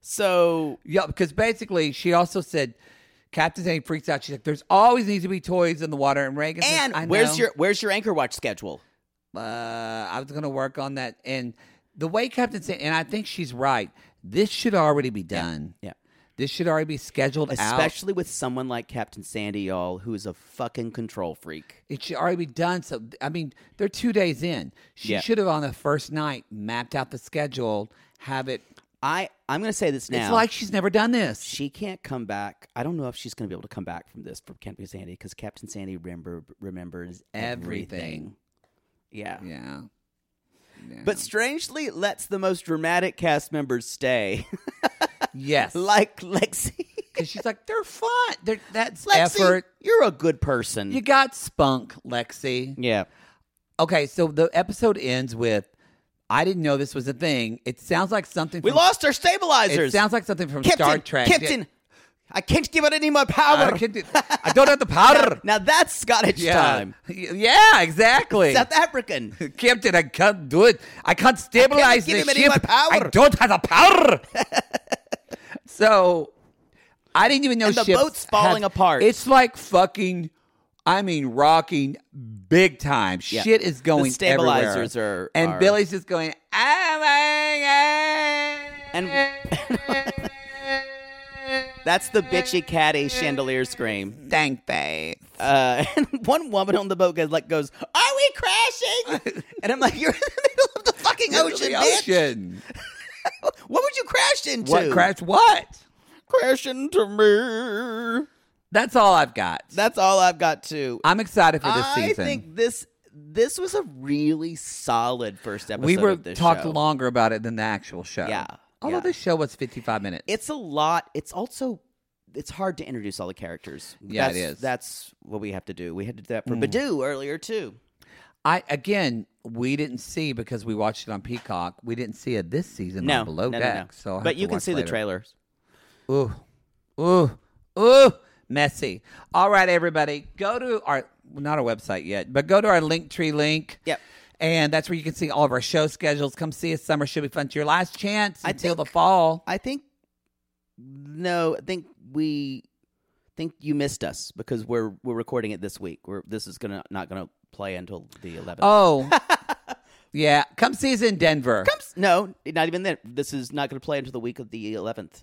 [SPEAKER 2] So
[SPEAKER 3] Yeah, because basically she also said, Captain Zane freaks out. She's like, "There's always needs to be toys in the water." And Reagan says,
[SPEAKER 2] and
[SPEAKER 3] I
[SPEAKER 2] where's
[SPEAKER 3] know.
[SPEAKER 2] your where's your anchor watch schedule?
[SPEAKER 3] uh, I was going to work on that. And the way Captain Sand, and I think she's right. This should already be done.
[SPEAKER 2] yeah.
[SPEAKER 3] This should already be scheduled out.
[SPEAKER 2] Especially with someone like Captain Sandy, y'all, who is a fucking control freak.
[SPEAKER 3] It should already be done. So I mean, they're two days in. She
[SPEAKER 2] Yeah.
[SPEAKER 3] should have on the first night mapped out the schedule, have it.
[SPEAKER 2] I I'm gonna say this now.
[SPEAKER 3] It's like she's never done this.
[SPEAKER 2] she can't come back. I don't know if she's going to be able to come back from this from Captain Sandy because Captain Sandy remember remembers
[SPEAKER 3] Everything.
[SPEAKER 2] everything. Yeah.
[SPEAKER 3] yeah. Yeah.
[SPEAKER 2] But strangely lets the most dramatic cast members stay,
[SPEAKER 3] yes,
[SPEAKER 2] like Lexi.
[SPEAKER 3] because she's like they're fun. They're, that's
[SPEAKER 2] Lexi,
[SPEAKER 3] effort.
[SPEAKER 2] you're a good person.
[SPEAKER 3] You got spunk, Lexi.
[SPEAKER 2] yeah.
[SPEAKER 3] Okay, so the episode ends with, "I didn't know this was a thing." It sounds like something.
[SPEAKER 2] We
[SPEAKER 3] from,
[SPEAKER 2] lost our
[SPEAKER 3] It
[SPEAKER 2] stabilizers.
[SPEAKER 3] sounds like something from
[SPEAKER 2] Captain,
[SPEAKER 3] Star Trek.
[SPEAKER 2] Captain, I can't give it any more power.
[SPEAKER 3] I, can do, I don't have the powder.
[SPEAKER 2] now that's Scottish
[SPEAKER 3] yeah.
[SPEAKER 2] time.
[SPEAKER 3] Yeah, exactly.
[SPEAKER 2] South African.
[SPEAKER 3] Captain, I can't do it. I can't stabilize
[SPEAKER 2] give
[SPEAKER 3] the
[SPEAKER 2] him any more
[SPEAKER 3] ship.
[SPEAKER 2] power.
[SPEAKER 3] I don't have the power. so I didn't even know
[SPEAKER 2] And the
[SPEAKER 3] ships
[SPEAKER 2] boat's falling
[SPEAKER 3] have-
[SPEAKER 2] apart.
[SPEAKER 3] It's like fucking. I mean, rocking big time.
[SPEAKER 2] Yeah.
[SPEAKER 3] Shit is going
[SPEAKER 2] The stabilizers
[SPEAKER 3] everywhere.
[SPEAKER 2] are-
[SPEAKER 3] and
[SPEAKER 2] are-
[SPEAKER 3] Billy's just going. Oh my God.
[SPEAKER 2] And that's the bitchy catty chandelier scream.
[SPEAKER 3] thank babe.
[SPEAKER 2] Uh, and one woman on the boat goes like goes, "Are we crashing?" and I'm like, "You're in the middle of the fucking ocean,
[SPEAKER 3] The
[SPEAKER 2] bitch.
[SPEAKER 3] ocean.
[SPEAKER 2] What would you crash into?
[SPEAKER 3] What crash? What?
[SPEAKER 2] Crash into me.
[SPEAKER 3] That's all I've got.
[SPEAKER 2] That's all I've got to.
[SPEAKER 3] I'm excited for this
[SPEAKER 2] I
[SPEAKER 3] season.
[SPEAKER 2] think this this was a really solid first episode.
[SPEAKER 3] we were
[SPEAKER 2] of this
[SPEAKER 3] talked
[SPEAKER 2] show.
[SPEAKER 3] longer about it than the actual show.
[SPEAKER 2] Yeah,
[SPEAKER 3] Although
[SPEAKER 2] yeah.
[SPEAKER 3] this show was 55 minutes.
[SPEAKER 2] It's a lot. It's also it's hard to introduce all the characters.
[SPEAKER 3] Yeah, it
[SPEAKER 2] that's,
[SPEAKER 3] is. Mm.
[SPEAKER 2] That's what we have to do. We had to do that for Badu earlier too.
[SPEAKER 3] I again, we didn't see because we watched it on Peacock. We didn't see it this season
[SPEAKER 2] No,
[SPEAKER 3] on Below
[SPEAKER 2] no, no,
[SPEAKER 3] Deck.
[SPEAKER 2] no.
[SPEAKER 3] So, I'll have
[SPEAKER 2] but
[SPEAKER 3] to
[SPEAKER 2] you can
[SPEAKER 3] watch
[SPEAKER 2] see the
[SPEAKER 3] later.
[SPEAKER 2] trailers.
[SPEAKER 3] Ooh, ooh, ooh, messy. All right, everybody, go to our not our website yet, but go to our Linktree link.
[SPEAKER 2] Yep.
[SPEAKER 3] And that's where you can see all of our show schedules. Come see us. Summer should be fun. It's your last chance
[SPEAKER 2] I
[SPEAKER 3] until
[SPEAKER 2] think-
[SPEAKER 3] the fall.
[SPEAKER 2] I think no. I think we think you missed us because we're we're recording it this week. We're this is gonna not gonna play until the 11th.
[SPEAKER 3] Oh, yeah. Come see us in Denver.
[SPEAKER 2] Oops. No, not even then. This is not going to play until the week of the 11th.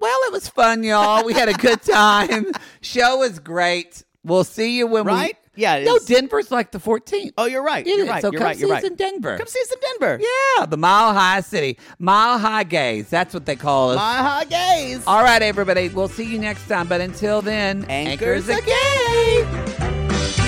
[SPEAKER 3] Well, it was fun, y'all. We had a good time. Show was great. We'll see you when
[SPEAKER 2] Right?
[SPEAKER 3] we.
[SPEAKER 2] Yeah, it
[SPEAKER 3] No,
[SPEAKER 2] is.
[SPEAKER 3] Denver's like the 14th.
[SPEAKER 2] Oh, you're right.
[SPEAKER 3] It
[SPEAKER 2] you're
[SPEAKER 3] is.
[SPEAKER 2] right.
[SPEAKER 3] So
[SPEAKER 2] you're
[SPEAKER 3] come
[SPEAKER 2] right.
[SPEAKER 3] see
[SPEAKER 2] You're
[SPEAKER 3] us
[SPEAKER 2] right.
[SPEAKER 3] in Denver.
[SPEAKER 2] Come see us in Denver.
[SPEAKER 3] Yeah, the Mile High City, Mile High Gays. That's what they call us.
[SPEAKER 2] My high gaze.
[SPEAKER 3] All right, everybody. We'll see you next time. But until then,
[SPEAKER 2] Anchors
[SPEAKER 3] a gay.